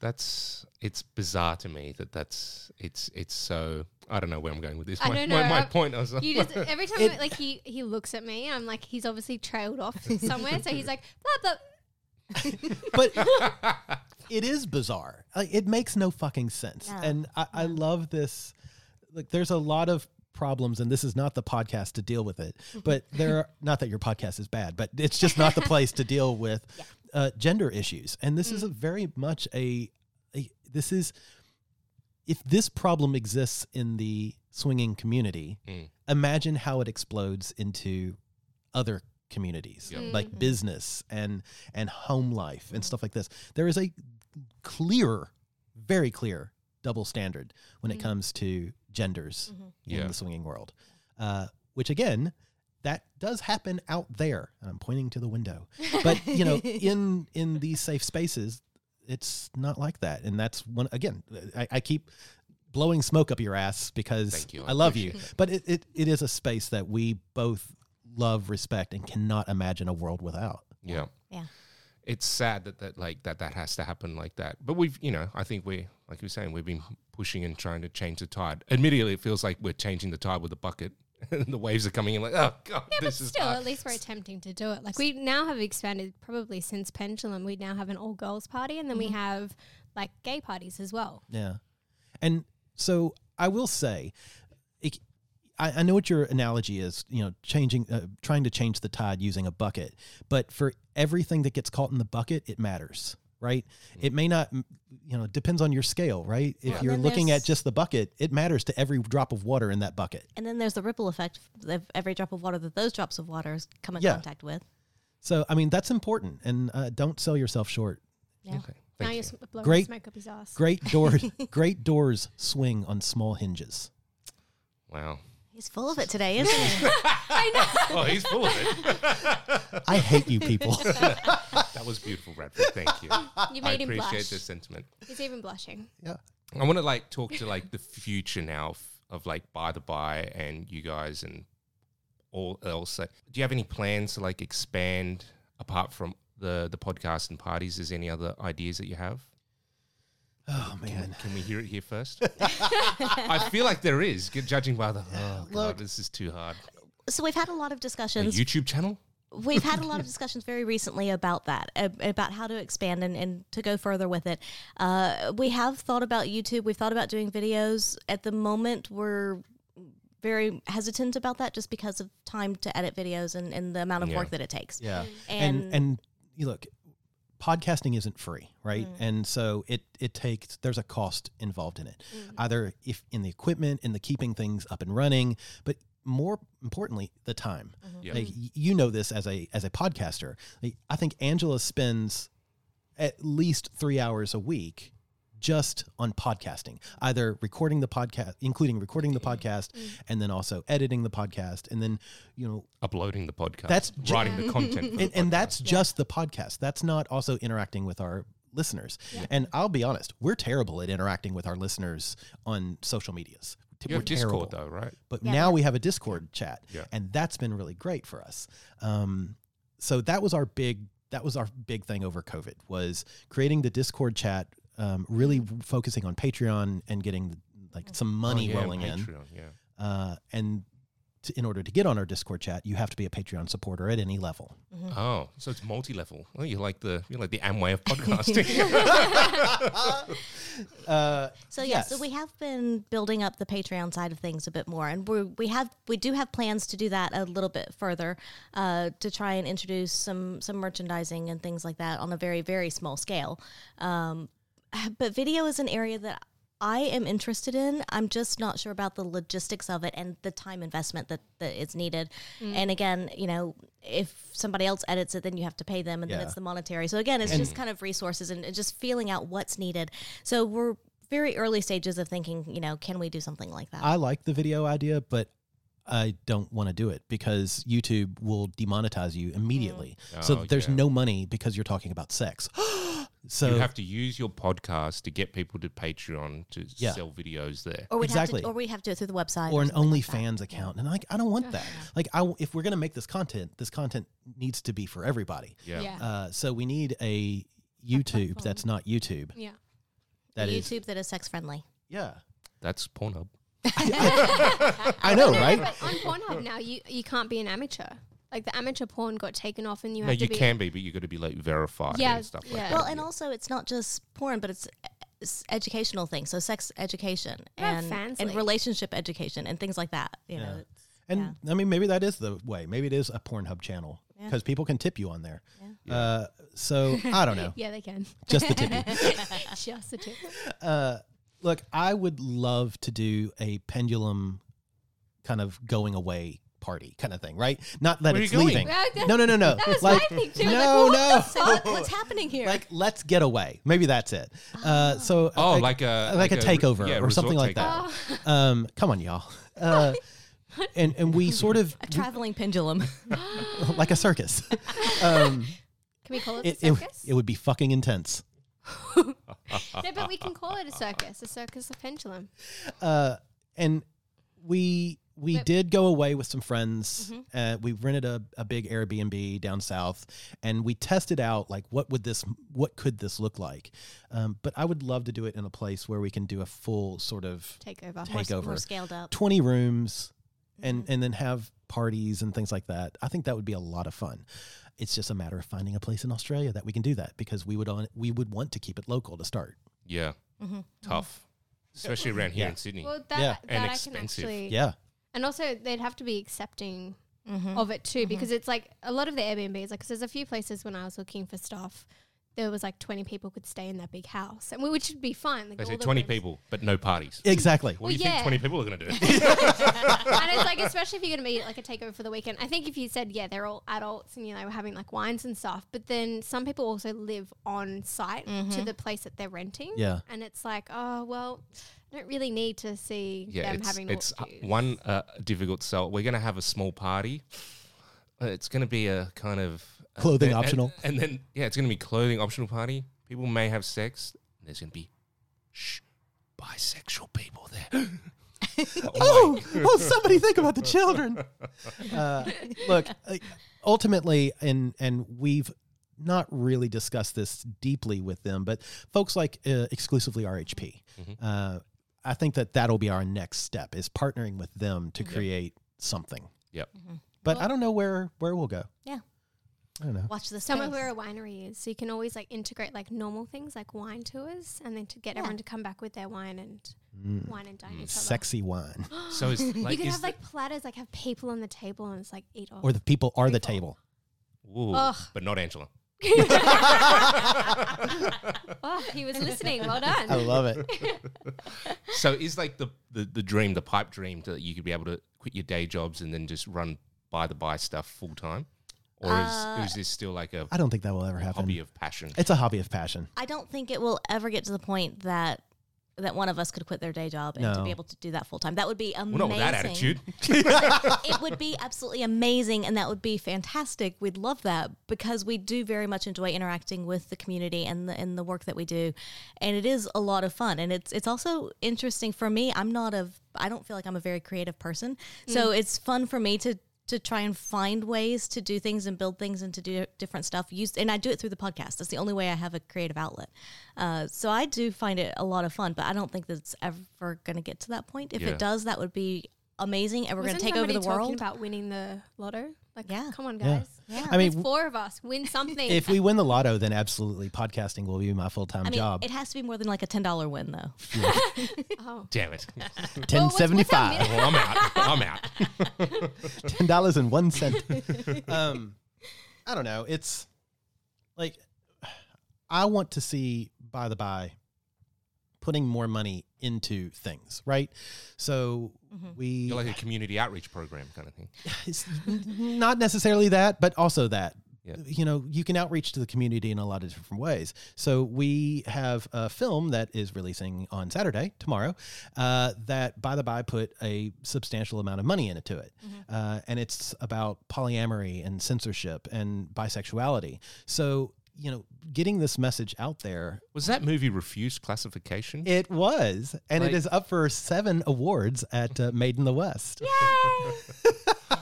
That's it's bizarre to me that that's it's it's so I don't know where I'm going with this. I my, don't my- know. my I- point uh, was You just every time like he he looks at me, I'm like he's obviously trailed off somewhere. So he's like blah blah. but it is bizarre. Like, it makes no fucking sense. Yeah. And I, I love this. Like, there's a lot of problems, and this is not the podcast to deal with it. But there are not that your podcast is bad, but it's just not the place to deal with uh, gender issues, and this Mm. is a very much a, a this is if this problem exists in the swinging community, Mm. imagine how it explodes into other communities Yep. like business and and home life and stuff like this. There is a clear, very clear double standard when it comes to genders in Yeah. the swinging world, uh, which again. That does happen out there, and I'm pointing to the window. But you know, in in these safe spaces, it's not like that, and that's one again. I, I keep blowing smoke up your ass because Thank you. I I, love you, but it, it it is a space that we both love, respect, and cannot imagine a world without. Yeah. Yeah. It's sad that that like that that has to happen like that. But we've you know I think we are like you were saying we've been pushing and trying to change the tide. Admittedly, it feels like we're changing the tide with a bucket. the waves are coming in like oh god, this is Still, hard." at least we're attempting to do it. Like we now have expanded probably since Pendulum. We now have an all girls party, and then Mm-hmm. we have like gay parties as well. Yeah. And so I will say, it, I, I know what your analogy is, you know, changing, uh, trying to change the tide using a bucket, but for everything that gets caught in the bucket, it matters, right? It may not, m- you know, depends on your scale, right? If and you're then looking there's- at just the bucket, it matters to every drop of water in that bucket. And then there's the ripple effect of every drop of water that those drops of water come in Yeah. contact with. So, I mean, that's important. And uh, don't sell yourself short. Okay, thank uh, now you. you're sm- blowing Great- smoke up his ass. Great doors, great doors swing on small hinges. Wow. He's full of it today, isn't he? Oh, he's full of it. I hate you people. that was beautiful, Bradford. Thank you. You I made him appreciate blush. the sentiment. He's even blushing. yeah. I want to like talk to like the future now f- of like by the by and you guys and all else. Like, do you have any plans to like expand apart from the the podcast and parties? Is there any other ideas that you have? Oh, man. Can we hear it here first? I feel like there is, g- judging by the oh god, Look. this is too hard. so we've had a lot of A discussions. YouTube channel? we've had a lot of discussions very recently about that, ab- about how to expand and, and to go further with it. Uh, we have thought about YouTube. We've thought about doing videos. At the moment, we're very hesitant about that just because of time to edit videos and, and the amount of Yeah. work that it takes. Yeah. And, and and you look podcasting isn't free right and so it it takes there's a cost involved in it either if in the equipment in the keeping things up and running but more importantly the time Yeah. like y- you know this as a as a podcaster like, i think angela spends at least 3 hours a week just on podcasting either recording the podcast including recording the podcast and then also editing the podcast and then you know Uploading the podcast. That's ju- writing the content. For and, the and podcast. that's just the podcast. That's not also interacting with our listeners. And I'll be honest, we're terrible at interacting with our listeners on social medias. you we're have Discord terrible. though, right? But now we have a Discord chat, Yeah. and that's been really great for us. Um, so that was our big that was our big thing over COVID was creating the Discord chat, um, really focusing on Patreon and getting like some money Oh, yeah, rolling in Patreon, yeah. uh, and to, in order to get on our Discord chat, you have to be a Patreon supporter at any level. Oh, so it's multi-level. Oh, you like the you like the Amway of podcasting. Uh, so yeah, so we have been building up the Patreon side of things a bit more, and we we have we do have plans to do that a little bit further, uh, to try and introduce some some merchandising and things like that on a very very small scale. Um, but video is an area that I am interested in. I'm just not sure about the logistics of it and the time investment that, that is needed. And again, you know, if somebody else edits it, then you have to pay them and Yeah. then it's the monetary. So again, it's just kind of resources and, and just feeling out what's needed. So we're very early stages of thinking, you know, can we do something like that? I like the video idea, but I don't want to do it because YouTube will demonetize you immediately. so Oh, there's yeah. no money because you're talking about sex. so you have to use your podcast to get people to Patreon to Yeah. sell videos there. Oh, or we'd exactly. have to, or we have to do it through the website, or an something like OnlyFans account, and like I don't want that. Like I, w- if we're gonna make this content, this content needs to be for everybody. Yeah. Yeah. Uh, so we need a YouTube that's not YouTube. Yeah. that. That is, YouTube that is sex friendly. yeah. That's Pornhub. I know, right? But on Pornhub now, you you can't be an amateur. Like the amateur porn got taken off, and you No, have to you be. can be, but you got to be like verified Yeah, and stuff like yeah. that. Well, and also it's not just porn, but it's, it's educational things. So sex education about and fans, and like- relationship education and things like that. You know, Yeah. it's- And I mean, maybe that is the way. Maybe it is a Pornhub channel Yeah. because people can tip you on there. Uh, so I don't know. Yeah, they can. Just the tipping. Just a tip. Uh, look, I would love to do a pendulum kind of going away party kind of thing, right? Not that Where are it's you going? leaving. Well, that- No, no, no, no. That was like, my thing too. no, like, no. what the fuck? What's happening here? like let's get away. Maybe that's it. Uh, so Oh, I- like a like, a takeover yeah, or resort something like takeover. that. Oh. Um, come on, y'all. Uh, and and we sort of A traveling pendulum. like a circus. Um, can we call it, it, a it, circus? it would be fucking intense. no, but we can call it a circus. A circus of pendulum. Uh, and we we But- did go away with some friends. Mm-hmm. Uh, we rented a, a big Airbnb down south, and we tested out like what would this what could this look like. Um, but I would love to do it in a place where we can do a full sort of Takeover. Take- More- Mm-hmm. More Takeover. scaled up. 20 rooms and and then have parties and things like that. I think that would be a lot of fun. It's just a matter of finding a place in Australia that we can do that because we would on we would want to keep it local to start. Yeah, tough, especially around here Yeah. in Sydney. Mm-hmm. Well, that, Yeah. that I And can expensive. actually. Yeah. And also, they'd have to be accepting of it too, because it's like a lot of the Airbnbs, like, 'cause there's a few places when I was looking for stuff, there was like 20 people could stay in that big house, and we, which would be fine. Like They all say the twenty rooms- people, but no parties. Exactly. What do Well, you think yeah. twenty people are going to do? and it's like, especially if you're going to be like a takeover for the weekend. I think if you said, yeah, they're all adults and, you know, having like wines and stuff, but then some people also live on site to the place that they're renting. Yeah. And it's like, oh, well, I don't really need to see yeah, them it's, having it's naught uh, juice. one uh, difficult sell. We're going to have a small party. Uh, It's going to be a kind of uh, Clothing and- optional. and then yeah, it's going to be clothing optional party. People may have sex. There's going to be shh, bisexual people there. Oh, well, somebody think about the children. Uh, look, I- ultimately, and and we've not really discussed this deeply with them, but folks like uh, exclusively RHP, Mm-hmm. uh, I think that that'll be our next step is partnering with them to create something. Yep. Mm-hmm. But I don't know where where we'll go. Yeah. I don't know. Watch this. Somewhere space. where a winery is, so you can always like integrate like normal things like wine tours, and then to get everyone to come back with their wine and Mm. wine and dine each other. Sexy wine, So is You like could is have like platters, like have people on the table, and it's like eat off. or the people are the table. the- Ooh, Ugh. but not Angela. oh, he was listening. Well done. I love it. So is like the, the the dream, the pipe dream, that you could be able to quit your day jobs and then just run buy the buy stuff full time, or Uh, is, is this still like a I don't think that will ever happen. hobby of passion? It's a hobby of passion. I don't think it will ever get to the point that that one of us could quit their day job and to No. be able to do that full time. That would be amazing. Well, not with that attitude. it would be absolutely amazing and that would be fantastic. We'd love that because we do very much enjoy interacting with the community and the and the work that we do. And it is a lot of fun. And it's it's also interesting for me. I'm not a I don't feel like I'm a very creative person. So it's fun for me to to try and find ways to do things and build things and to do different stuff. Use and I do it through the podcast. That's the only way I have a creative outlet. Uh, so I do find it a lot of fun, but I don't think that it's ever going to get to that point. If Yeah. it does, that would be amazing, and we're going to Wasn't take over the somebody world. Talking about winning the lotto. Like, Yeah. come on, Yeah. guys. Yeah. I mean, There's four of us win something. if we win the lotto, then absolutely podcasting will be my full time I mean, job. it has to be more than like a ten dollar win, though. oh. Damn it! Well, what's- Ten what's our seventy five, Well, I'm out. I'm out. ten dollars and one cent. um, I don't know. It's like I want to see, by the by, putting more money into things, right? So we You're like a community outreach program kind of thing. it's n- not necessarily that, but also that. Yeah. You know, you can outreach to the community in a lot of different ways. So we have a film that is releasing on Saturday tomorrow. Uh, that, by the by, put a substantial amount of money into it, uh, and it's about polyamory and censorship and bisexuality. So you know, getting this message out there, Was that movie refused classification? it was, and Like- it is up for seven awards at uh, Made in the West.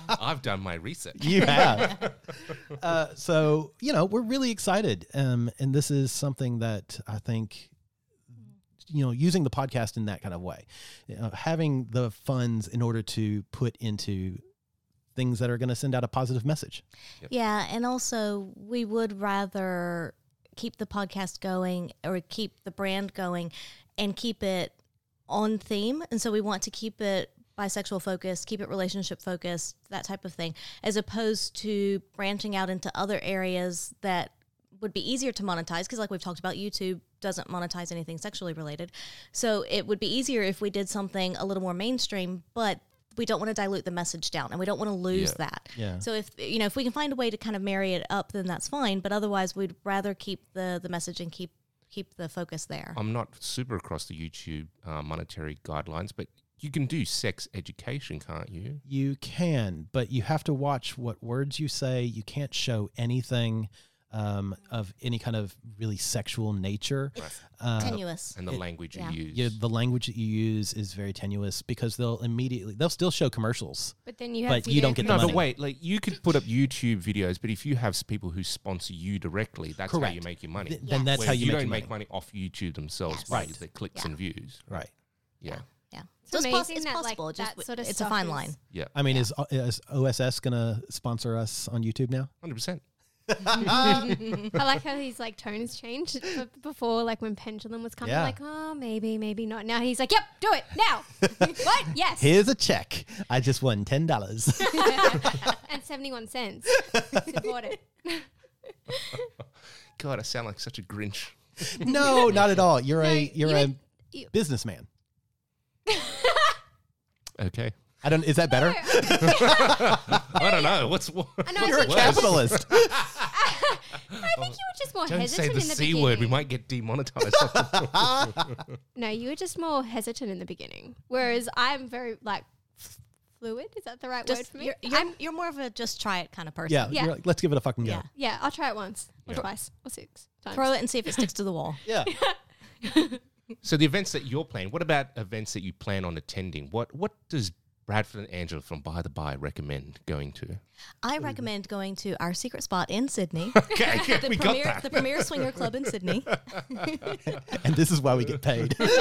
I've done my research. you have. uh, so you know we're really excited, um, and this is something that I think you know using the podcast in that kind of way, you know, having the funds in order to put into things that are going to send out a positive message. Yeah, and also we would rather keep the podcast going or keep the brand going and keep it on theme, and so we want to keep it bisexual focused, keep it relationship focused, that type of thing, as opposed to branching out into other areas that would be easier to monetize because like we've talked about YouTube doesn't monetize anything sexually related. So it would be easier if we did something a little more mainstream, but we don't want to dilute the message down and we don't want to lose Yeah. that. Yeah. So if you know if we can find a way to kind of marry it up then that's fine, but otherwise we'd rather keep the the message and keep keep the focus there. I'm not super across the YouTube uh, monetary guidelines, but you can do sex education, can't you? You can, but you have to watch what words you say. You can't show anything um, of any kind of really sexual nature. Uh, Tenuous. And the language yeah. you use. yeah, the language that you use is very tenuous because they'll immediately they'll still show commercials. But then you have But you don't video get the no, content. but wait, like you could put up YouTube videos, but if you have s- people who sponsor you directly, that's how you Correct. make your money. Th- then that's Whereas how you, you make, don't your make money. off YouTube themselves Yes. by Right. the clicks Yeah. and views. Right. Yeah. Yeah. It's so it's, pos- amazing it's that, like, possible. just that w- sort of it's a stuff fine is- line. Yeah. I mean, is, uh, is OSS gonna sponsor us on YouTube now? 100%. I like how his like tones changed B- before, like when Pendulum was coming, Yeah. like oh maybe, maybe not. Now he's like, yep, do it now. what? Yes, Here's a check. I just won ten dollars. and seventy one cents. Support it. God, I sound like such a Grinch. no, not at all. You're a No, you're you a would- you- businessman. Okay. I don't. Is that better? I don't know. What's what? I know. I You're a think, Worse. capitalist. I think you were just more Don't say hesitant the in the C beginning. word. We might get demonetized. No, you were just more hesitant in the beginning, whereas I'm very like f- fluid. Is that the right word Just for me? you're, you're, you're more of a just try it kind of person. yeah. Yeah. You're like, Let's give it a fucking go. Yeah. yeah, I'll try it once or twice or six times. Throw it and see if it sticks to the wall. Yeah. so the events that you're planning, what about events that you plan on attending? What what does Bradford and Angela from By the By recommend going to? I recommend going to our secret spot in Sydney, Okay, the we premier got that. the premier swinger club in Sydney. and this is why we get paid.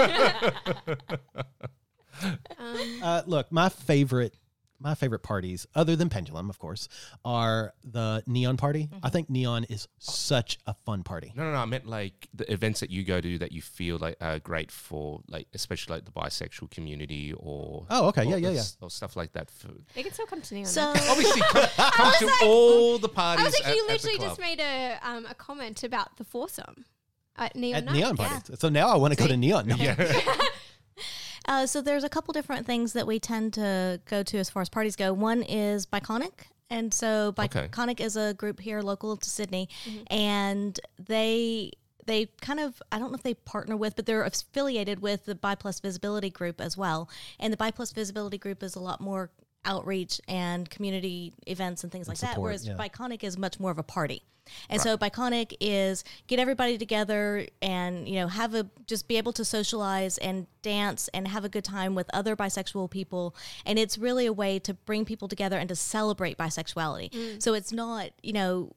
uh, look, my favorite, my favorite parties, other than Pendulum, of course, are the Neon party. Mm-hmm. I think Neon is such a fun party. No, no, no. I meant like the events that you go to that you feel like are great for, like especially like the bisexual community or Oh, okay. Yeah, or yeah, yeah. s- or stuff like that. For They can still come to neon. So obviously, come, come to all the parties. I was like, at- you at the literally club. just made a um, a comment about the foursome at neon. At night. Neon parties. So now I want to go to Neon. Uh, so there's a couple different things that we tend to go to as far as parties go. One is Biconic. And so Okay. Biconic is a group here local to Sydney and they they kind of I don't know if they partner with but they're affiliated with the Bi Plus Visibility group as well. And the Bi Plus Visibility group is a lot more outreach and community events and things like that support, whereas yeah. Biconic is much more of a party. And so Biconic is get everybody together and you know have a just be able to socialize and dance and have a good time with other bisexual people and it's really a way to bring people together and to celebrate bisexuality. So it's not, you know,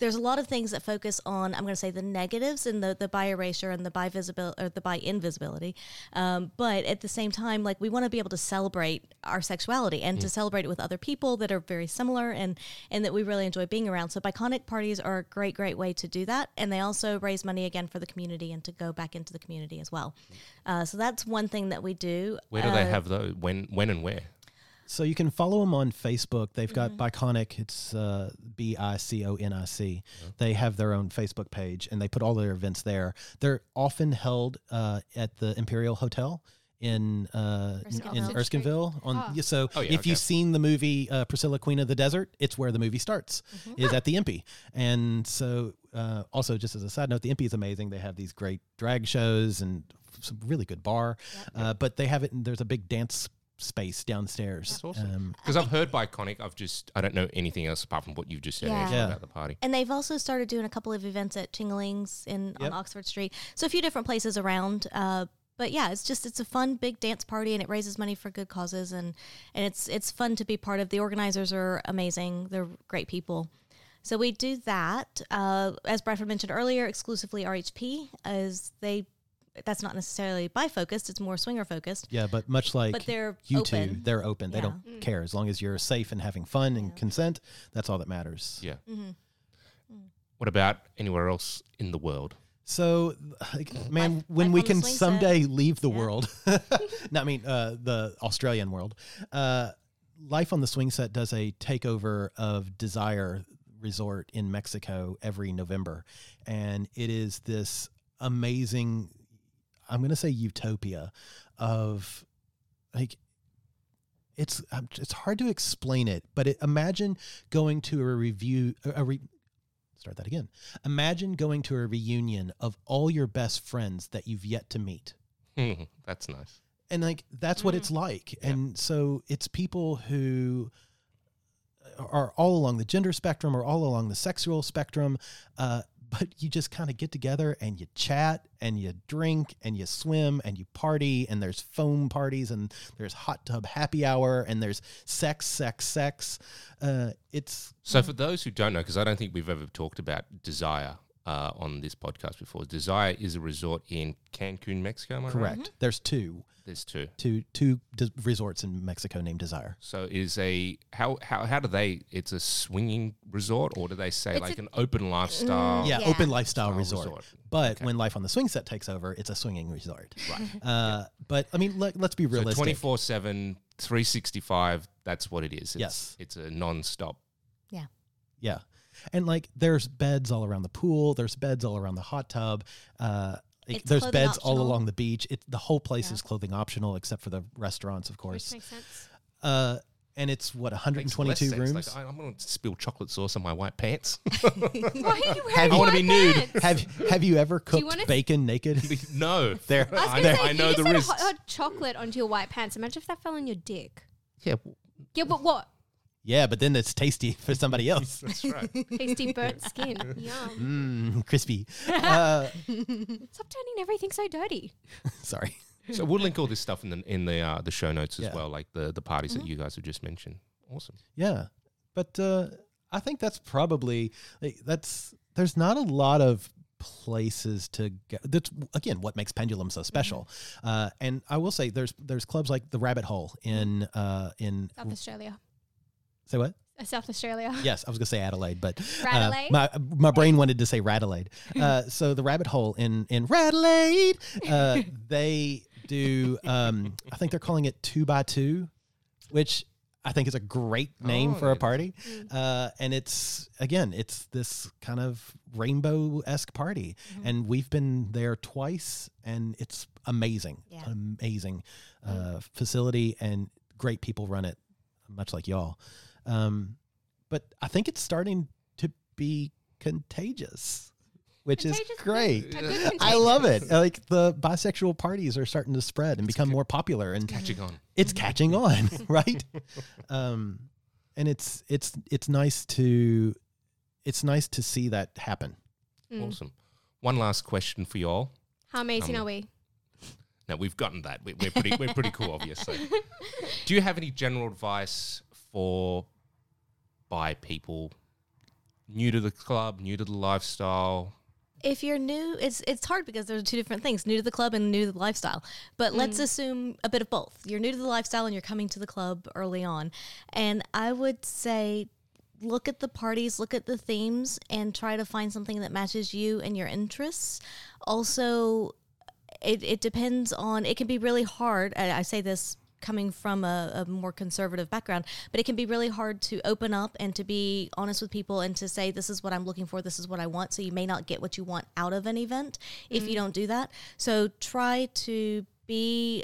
there's a lot of things that focus on I'm going to say the negatives and the the bi erasure and the bi visibility or the bi invisibility, um, but at the same time, like we want to be able to celebrate our sexuality and to celebrate it with other people that are very similar and and that we really enjoy being around. So biconic parties are a great great way to do that, and they also raise money again for the community and to go back into the community as well. Uh, so that's one thing that we do. Where do Uh, they have those? When, when, and where? So you can follow them on Facebook. They've got Biconic. It's uh, B I C O N I C. They have their own Facebook page, and they put all their events there. They're often held uh, at the Imperial Hotel in uh, in Erskineville. Erskineville. On yeah, so Oh, yeah, if okay. you've seen the movie uh, Priscilla, Queen of the Desert, it's where the movie starts. Is at the Impy, and so uh, also just as a side note, the Impy is amazing. They have these great drag shows and some really good bar, uh, but they have it. And there's a big dance space downstairs. That's Um, awesome. Because I've heard by Conic, I've just I don't know anything else apart from what you've just said Yeah. Angela, Yeah. about the party. And they've also started doing a couple of events at Chingling's in on Yep. Oxford Street, so a few different places around. Uh, but yeah, it's just it's a fun big dance party, and it raises money for good causes, and and it's it's fun to be part of. The organizers are amazing; they're great people. So we do that. Uh, as Bradford mentioned earlier, exclusively RHP as they. That's not necessarily bi focused; it's more swinger focused. Yeah, but much like But they're you two, open. they're open. They don't care as long as you're safe and having fun and consent. Mm-hmm. That's all that matters. Mm-hmm. Mm. Yeah. What about anywhere else in the world? So, like, man, Mm. Life- when life we on the can swing set. someday leave the world, no, I mean uh, the Australian world, uh, Life on the Swing Set does a takeover of Desire Resort in Mexico every November, and it is this amazing. I'm going to say utopia of like it's um, it's hard to explain it, but it, imagine going to a review a a re, start that again. Imagine going to a reunion of all your best friends that you've yet to meet. Hmm, That's nice. And like that's what Mm. it's like. And so it's people who are all along the gender spectrum or all along the sexual spectrum. Uh, but you just kind of get together and you chat and you drink and you swim and you party and there's foam parties and there's hot tub happy hour and there's sex, sex, sex. Uh, it's So, Mm. for those who don't know, because I don't think we've ever talked about Desire uh, on this podcast before, Desire is a resort in Cancun, Mexico. Am I right? correct. There's two. Mm-hmm. There's two. two two des- resorts in Mexico named Desire. So, is a how how how do they? It's a swinging resort, or do they say It's like a- Mm. an open lifestyle? Yeah, Yeah. open Oh. lifestyle Style resort. resort. But when Life on the Swing Set takes over, it's a swinging resort. Right. Uh, But I mean, let, let's be So realistic. 24 7, 365, that's what it is. It's, Yes. It's a non stop. yeah. And like, there's beds all around the pool. There's beds all around the hot tub. Uh, like, It's there's clothing beds all optional. along the beach. It, the whole place Yeah. is clothing optional, except for the restaurants, of which course. makes sense. Uh, and it's what 122 rooms. I, am going to spill chocolate sauce on my white pants. Why are you Have wearing you- I white wanna be nude. pants? have Have you ever you cooked wanna- bacon naked? no. There. I was I, gonna know- say, I know you the just had a risks. hot, hot chocolate onto your white pants. Imagine if that fell on your dick. yeah, Yeah, but what? yeah, but then it's tasty for somebody else. that's right. Tasty burnt skin. Yum. Mmm, crispy. Uh, Stop turning everything so dirty. sorry. so we'll link all this stuff in the in the uh, the show notes as Yeah. well, like the the parties that you guys have just mentioned. Awesome. Yeah, but uh, I think that's probably like, that's there's not a lot of places to go. That's again what makes Pendulum so special. Uh, and I will say there's there's clubs like the Rabbit Hole in uh, in South Australia. say what? Uh, South Australia. Yes, I was gonna say Adelaide, but uh, Radelaide? my my brain wanted to say Radelaide. Uh, so the Rabbit Hole in in Radelaide, uh, they do. Um, I think they're calling it two by two, which I think is a great name Oh, for a yeah. party. Uh, and it's again, it's this kind of rainbow esque party, and we've been there twice, and it's amazing, Yeah. amazing uh, facility, and great people run it, much like y'all. Um, but I think it's starting to be contagious, which is Contagious, great. A good I contagion. love it. Like the bisexual parties are starting to spread and become more popular, and Catching on. it's catching on, right? Um, and it's it's it's nice to it's nice to see that happen. Mm. Awesome. One last question for y'all. How amazing Um, are we? No, we've gotten that. We- We're pretty, we're pretty cool, obviously. Do you have any general advice for by people new to the club, new to the lifestyle? if you're new, it's it's hard because there's two different things: new to the club and new to the lifestyle. But let's assume a bit of both. You're new to the lifestyle and you're coming to the club early on, and I would say look at the parties, look at the themes, and try to find something that matches you and your interests. Also, it, it depends on it can be really hard and i say this coming from a, a more conservative background but it can be really hard to open up and to be honest with people and to say this is what i'm looking for this is what i want so you may not get what you want out of an event if you don't do that so try to be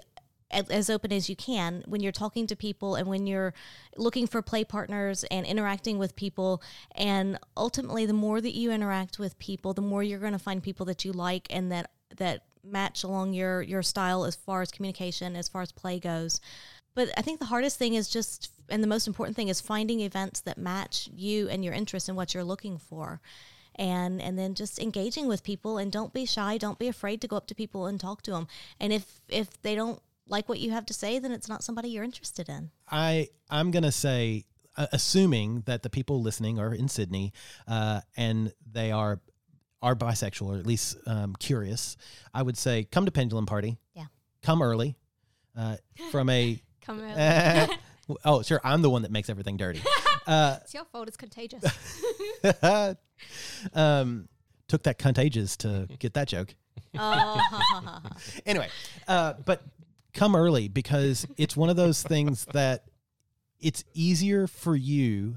a- as open as you can when you're talking to people and when you're looking for play partners and interacting with people and ultimately the more that you interact with people the more you're going to find people that you like and that that match along your your style as far as communication as far as play goes but i think the hardest thing is just and the most important thing is finding events that match you and your interests and what you're looking for and and then just engaging with people and don't be shy don't be afraid to go up to people and talk to them and if if they don't like what you have to say then it's not somebody you're interested in I I'm gonna say, uh, assuming that the people listening are in Sydney, uh, and they are are bisexual or at least um, curious, I would say come to Pendulum Party. Yeah. Come early. Uh, from a Come early. eh. oh sure, I'm the one that makes everything dirty. Uh, it's your fault. It's contagious. um, took that cunt ages to get that joke. Oh. anyway, uh, but come early because it's one of those things that it's easier for you.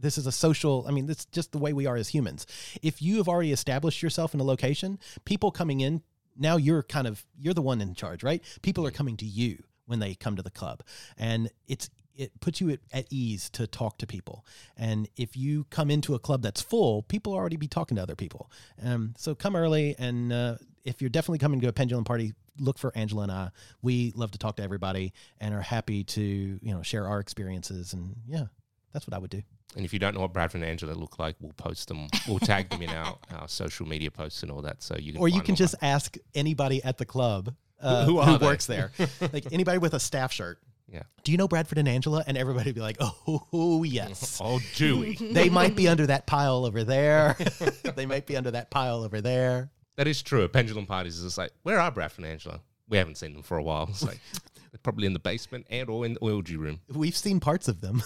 This is a social, I mean, that's just the way we are as humans. If you have already established yourself in a location, people coming in, now you're kind of, you're the one in charge, right? People are coming to you when they come to the club. And it's, it puts you at, at ease to talk to people. And if you come into a club that's full, people will already be talking to other people. Um, so come early. And uh, if you're definitely coming to a pendulum party, look for Angela and I. We love to talk to everybody and are happy to, you know, share our experiences. And yeah, that's what I would do. And if you don't know what Bradford and Angela look like, we'll post them. We'll tag them in our, our social media posts and all that. So you can Or you find can them just ask anybody at the club uh, Who who, are they? works there, like anybody with a staff shirt. Yeah. Do you know Bradford and Angela? And everybody would be like, oh, yes. online. Oh, Dewey. they might be under that pile over there. they might be under that pile over there. that is true. At Pendulum parties is just like, where are Bradford and Angela? We haven't seen them for a while. It's like, they're probably in the basement and or in the oil G room. We've seen parts of them.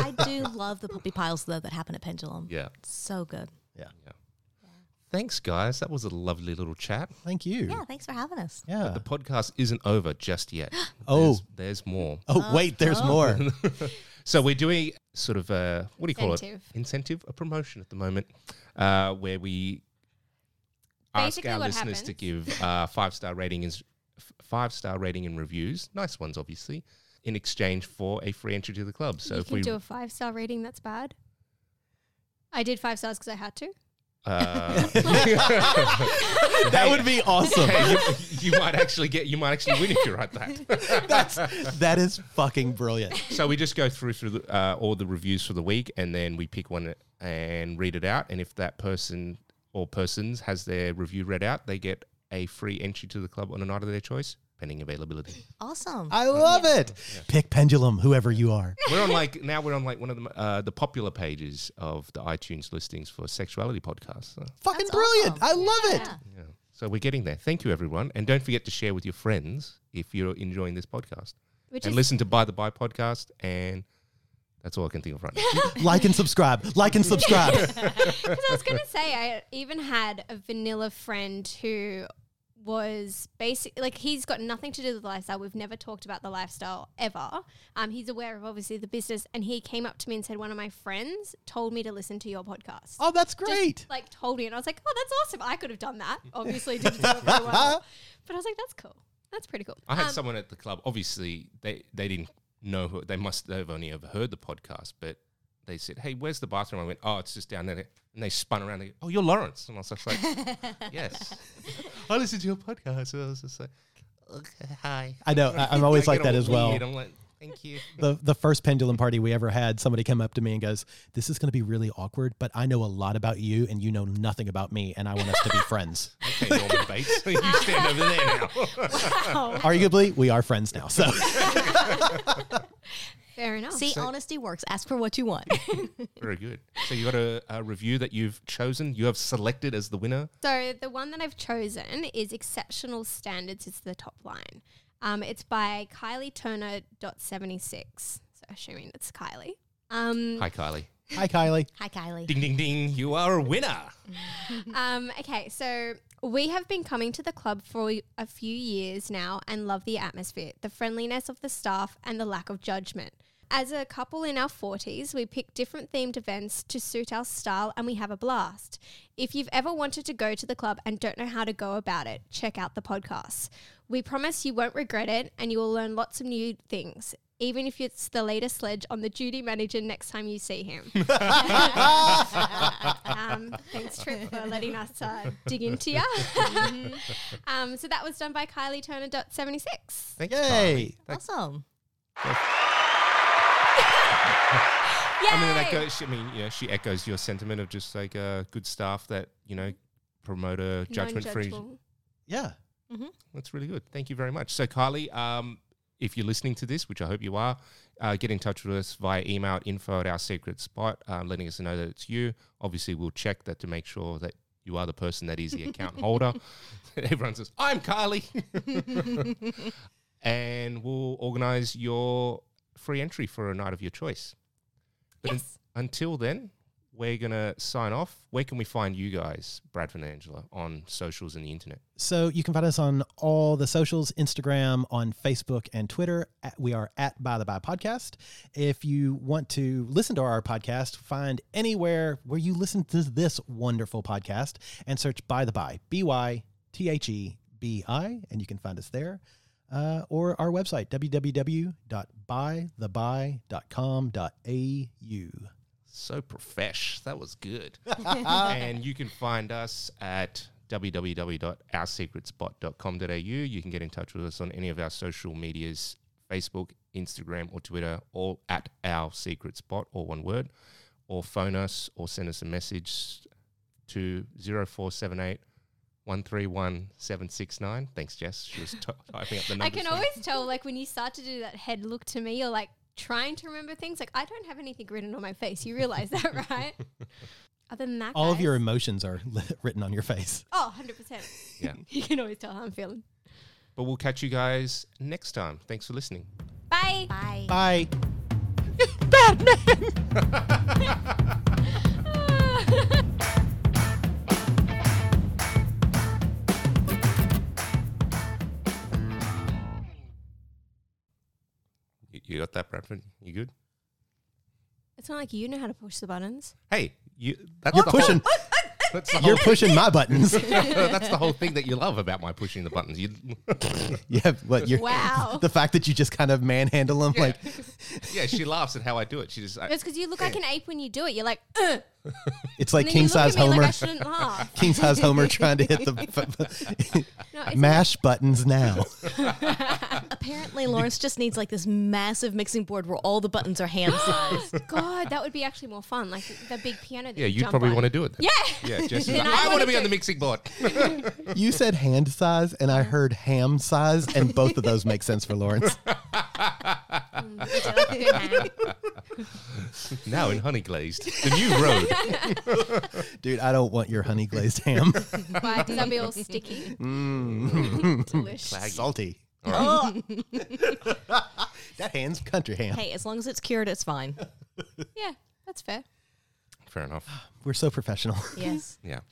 I do love the puppy piles though that happen at Pendulum. Yeah. So good. Thanks, guys. That was a lovely little chat. Thank you. Yeah, thanks for having us. Yeah. The podcast isn't over just yet. Oh. There's, there's more. Oh, wait, there's more. So we're doing sort of a what do you call it? Incentive. Incentive, a promotion at the moment, uh, where we Basically ask our what listeners to happens- give uh, five star ratings, five star rating and reviews, nice ones obviously, in exchange for a free entry to the club. So you if can we do a five star rating. That's bad. I did five stars because I had to. uh, That would be awesome. you, you might actually get you might actually win if you write that. That's that is fucking brilliant. so we just go through through the, uh, all the reviews for the week, and then we pick one and read it out. And if that person or persons has their review read out, they get a free entry to the club on a night of their choice, pending availability. Awesome. I love it. Pick pendulum, whoever you are. we're on like now we're on like one of the uh, the popular pages of the iTunes listings for sexuality podcasts. So, Fucking That's brilliant. awesome. I love it. Yeah. yeah. So we're getting there. Thank you, everyone, and don't forget to share with your friends if you're enjoying this podcast. Which and is listen to Buy the Buy podcast, and that's all I can think of right now. Like and subscribe. Like and subscribe. Because I was going to say, I even had a vanilla friend who was basic like he's got nothing to do with the lifestyle we've never talked about the lifestyle ever um, he's aware of obviously the business and he came up to me and said one of my friends told me to listen to your podcast oh, that's Just, great. like told me and i was like oh that's awesome i could have done that obviously didn't do it very well but i was like that's cool that's pretty cool I had Um, someone at the club. Obviously, they they didn't know who they must have only ever heard the podcast, but they said, "Hey, where's the bathroom?" I went, "Oh, it's just down there." And they spun around. And go, oh, you're Lawrence, and I was just like, "Yes, I listened to your podcast." And I was just like, "Okay, hi." I know. I, I'm always I like get that all as well. weird. I'm like, "Thank you." The the first pendulum party we ever had, somebody came up to me and goes, "This is going to be really awkward, but I know a lot about you, and you know nothing about me, and I want us to be friends." Okay, Norman Bates, you stand over there now. Arguably, we are friends now. So fair enough See, honesty works. Ask for what you want. Very good. So you got a, a review that you've chosen. You have selected as the winner. So the one that I've chosen is Exceptional Standards. It's the top line. Um, it's by Kylie Turner dot seventy six. So assuming it's Kylie. Um, Hi, Kylie. hi, Kylie. Hi, Kylie. Ding, ding, ding. You are a winner. um, okay, so we have been coming to the club for a few years now and love the atmosphere, the friendliness of the staff, and the lack of judgment. As a couple in our 40s, we pick different themed events to suit our style and we have a blast. If you've ever wanted to go to the club and don't know how to go about it, check out the podcast. We promise you won't regret it and you will learn lots of new things, even if it's the latest sledge on the duty manager next time you see him. um, thanks, Trip, for letting us uh, dig into you. Mm-hmm. um, so that was done by Kylie Turner. Seventy six. Thanks, Kylie. Yay. Thanks. Awesome. Yay! I mean, that goes, I mean, yeah, she echoes your sentiment of just like uh, good staff that you know promote a judgment free. Non-judgmental. Yeah. That's really good. Thank you very much. So, Kylie, um, if you're listening to this, which I hope you are, uh, get in touch with us via email at info at our secret spot, um, letting us know that it's you. Obviously, we'll check that to make sure that you are the person that is the account holder. Everyone says, "I'm Kylie," and we'll organise your free entry for a night of your choice. But un- Yes. until then, we're going to sign off. Where can we find you guys, Bradford and Angela, on socials and the internet? So you can find us on all the socials, Instagram, on Facebook and Twitter. At, we are at By the By Podcast. If you want to listen to our podcast, find anywhere where you listen to this wonderful podcast and search By the By, B Y T H E B I, and you can find us there. Uh, or our website, www.bytheby.com.au. So profesh. That was good. and you can find us at www.oursecretspot.com.au. You can get in touch with us on any of our social medias Facebook, Instagram, or Twitter, all at Our Secret Spot, all one word. Or phone us or send us a message to 0478 131 769. Thanks, Jess. She was t- typing up the numbers. I can for me. always tell, like, when you start to do that head look to me, you're like trying to remember things. Like, I don't have anything written on my face. You realize that, right? Other than that, All of guys- your emotions are written on your face. Oh, 100%. Yeah. You can always tell how I'm feeling. But we'll catch you guys next time. Thanks for listening. Bye. Bye. Bye. You, you got that, Bradford? You good? It's not like you know how to push the buttons. Hey, you. That's You're the whole- pushing. that's the You're pushing my buttons. that's the whole thing that you love about my pushing the buttons. You, Yeah, but you're Wow. the fact that you just kind of manhandle them like yeah, she laughs at how I do it. She just like, It's because you look like an ape when you do it. You're like, uh, it's like and then king you look size at me Homer, like I shouldn't laugh. king size Homer trying to hit the No, it's mash buttons now. Apparently, Lawrence just needs like this massive mixing board where all the buttons are hand sized. oh, God, that would be actually more fun. Like the big piano. That yeah, you you probably want to do it. Then. Yeah. Yeah, Jess is Then like, I I, want wanna to be on do- the mixing board. You said hand size, and I heard ham size, and both of those make sense for Lawrence. to. now in honey glazed, the new road. Dude, I don't want your honey glazed ham. Why? Because I'll be all sticky. Mm. Delish. Salty. Oh. that hand's country ham. hey, as long as it's cured, it's fine. Yeah, that's fair. Fair enough. We're so professional. Yes. Yeah.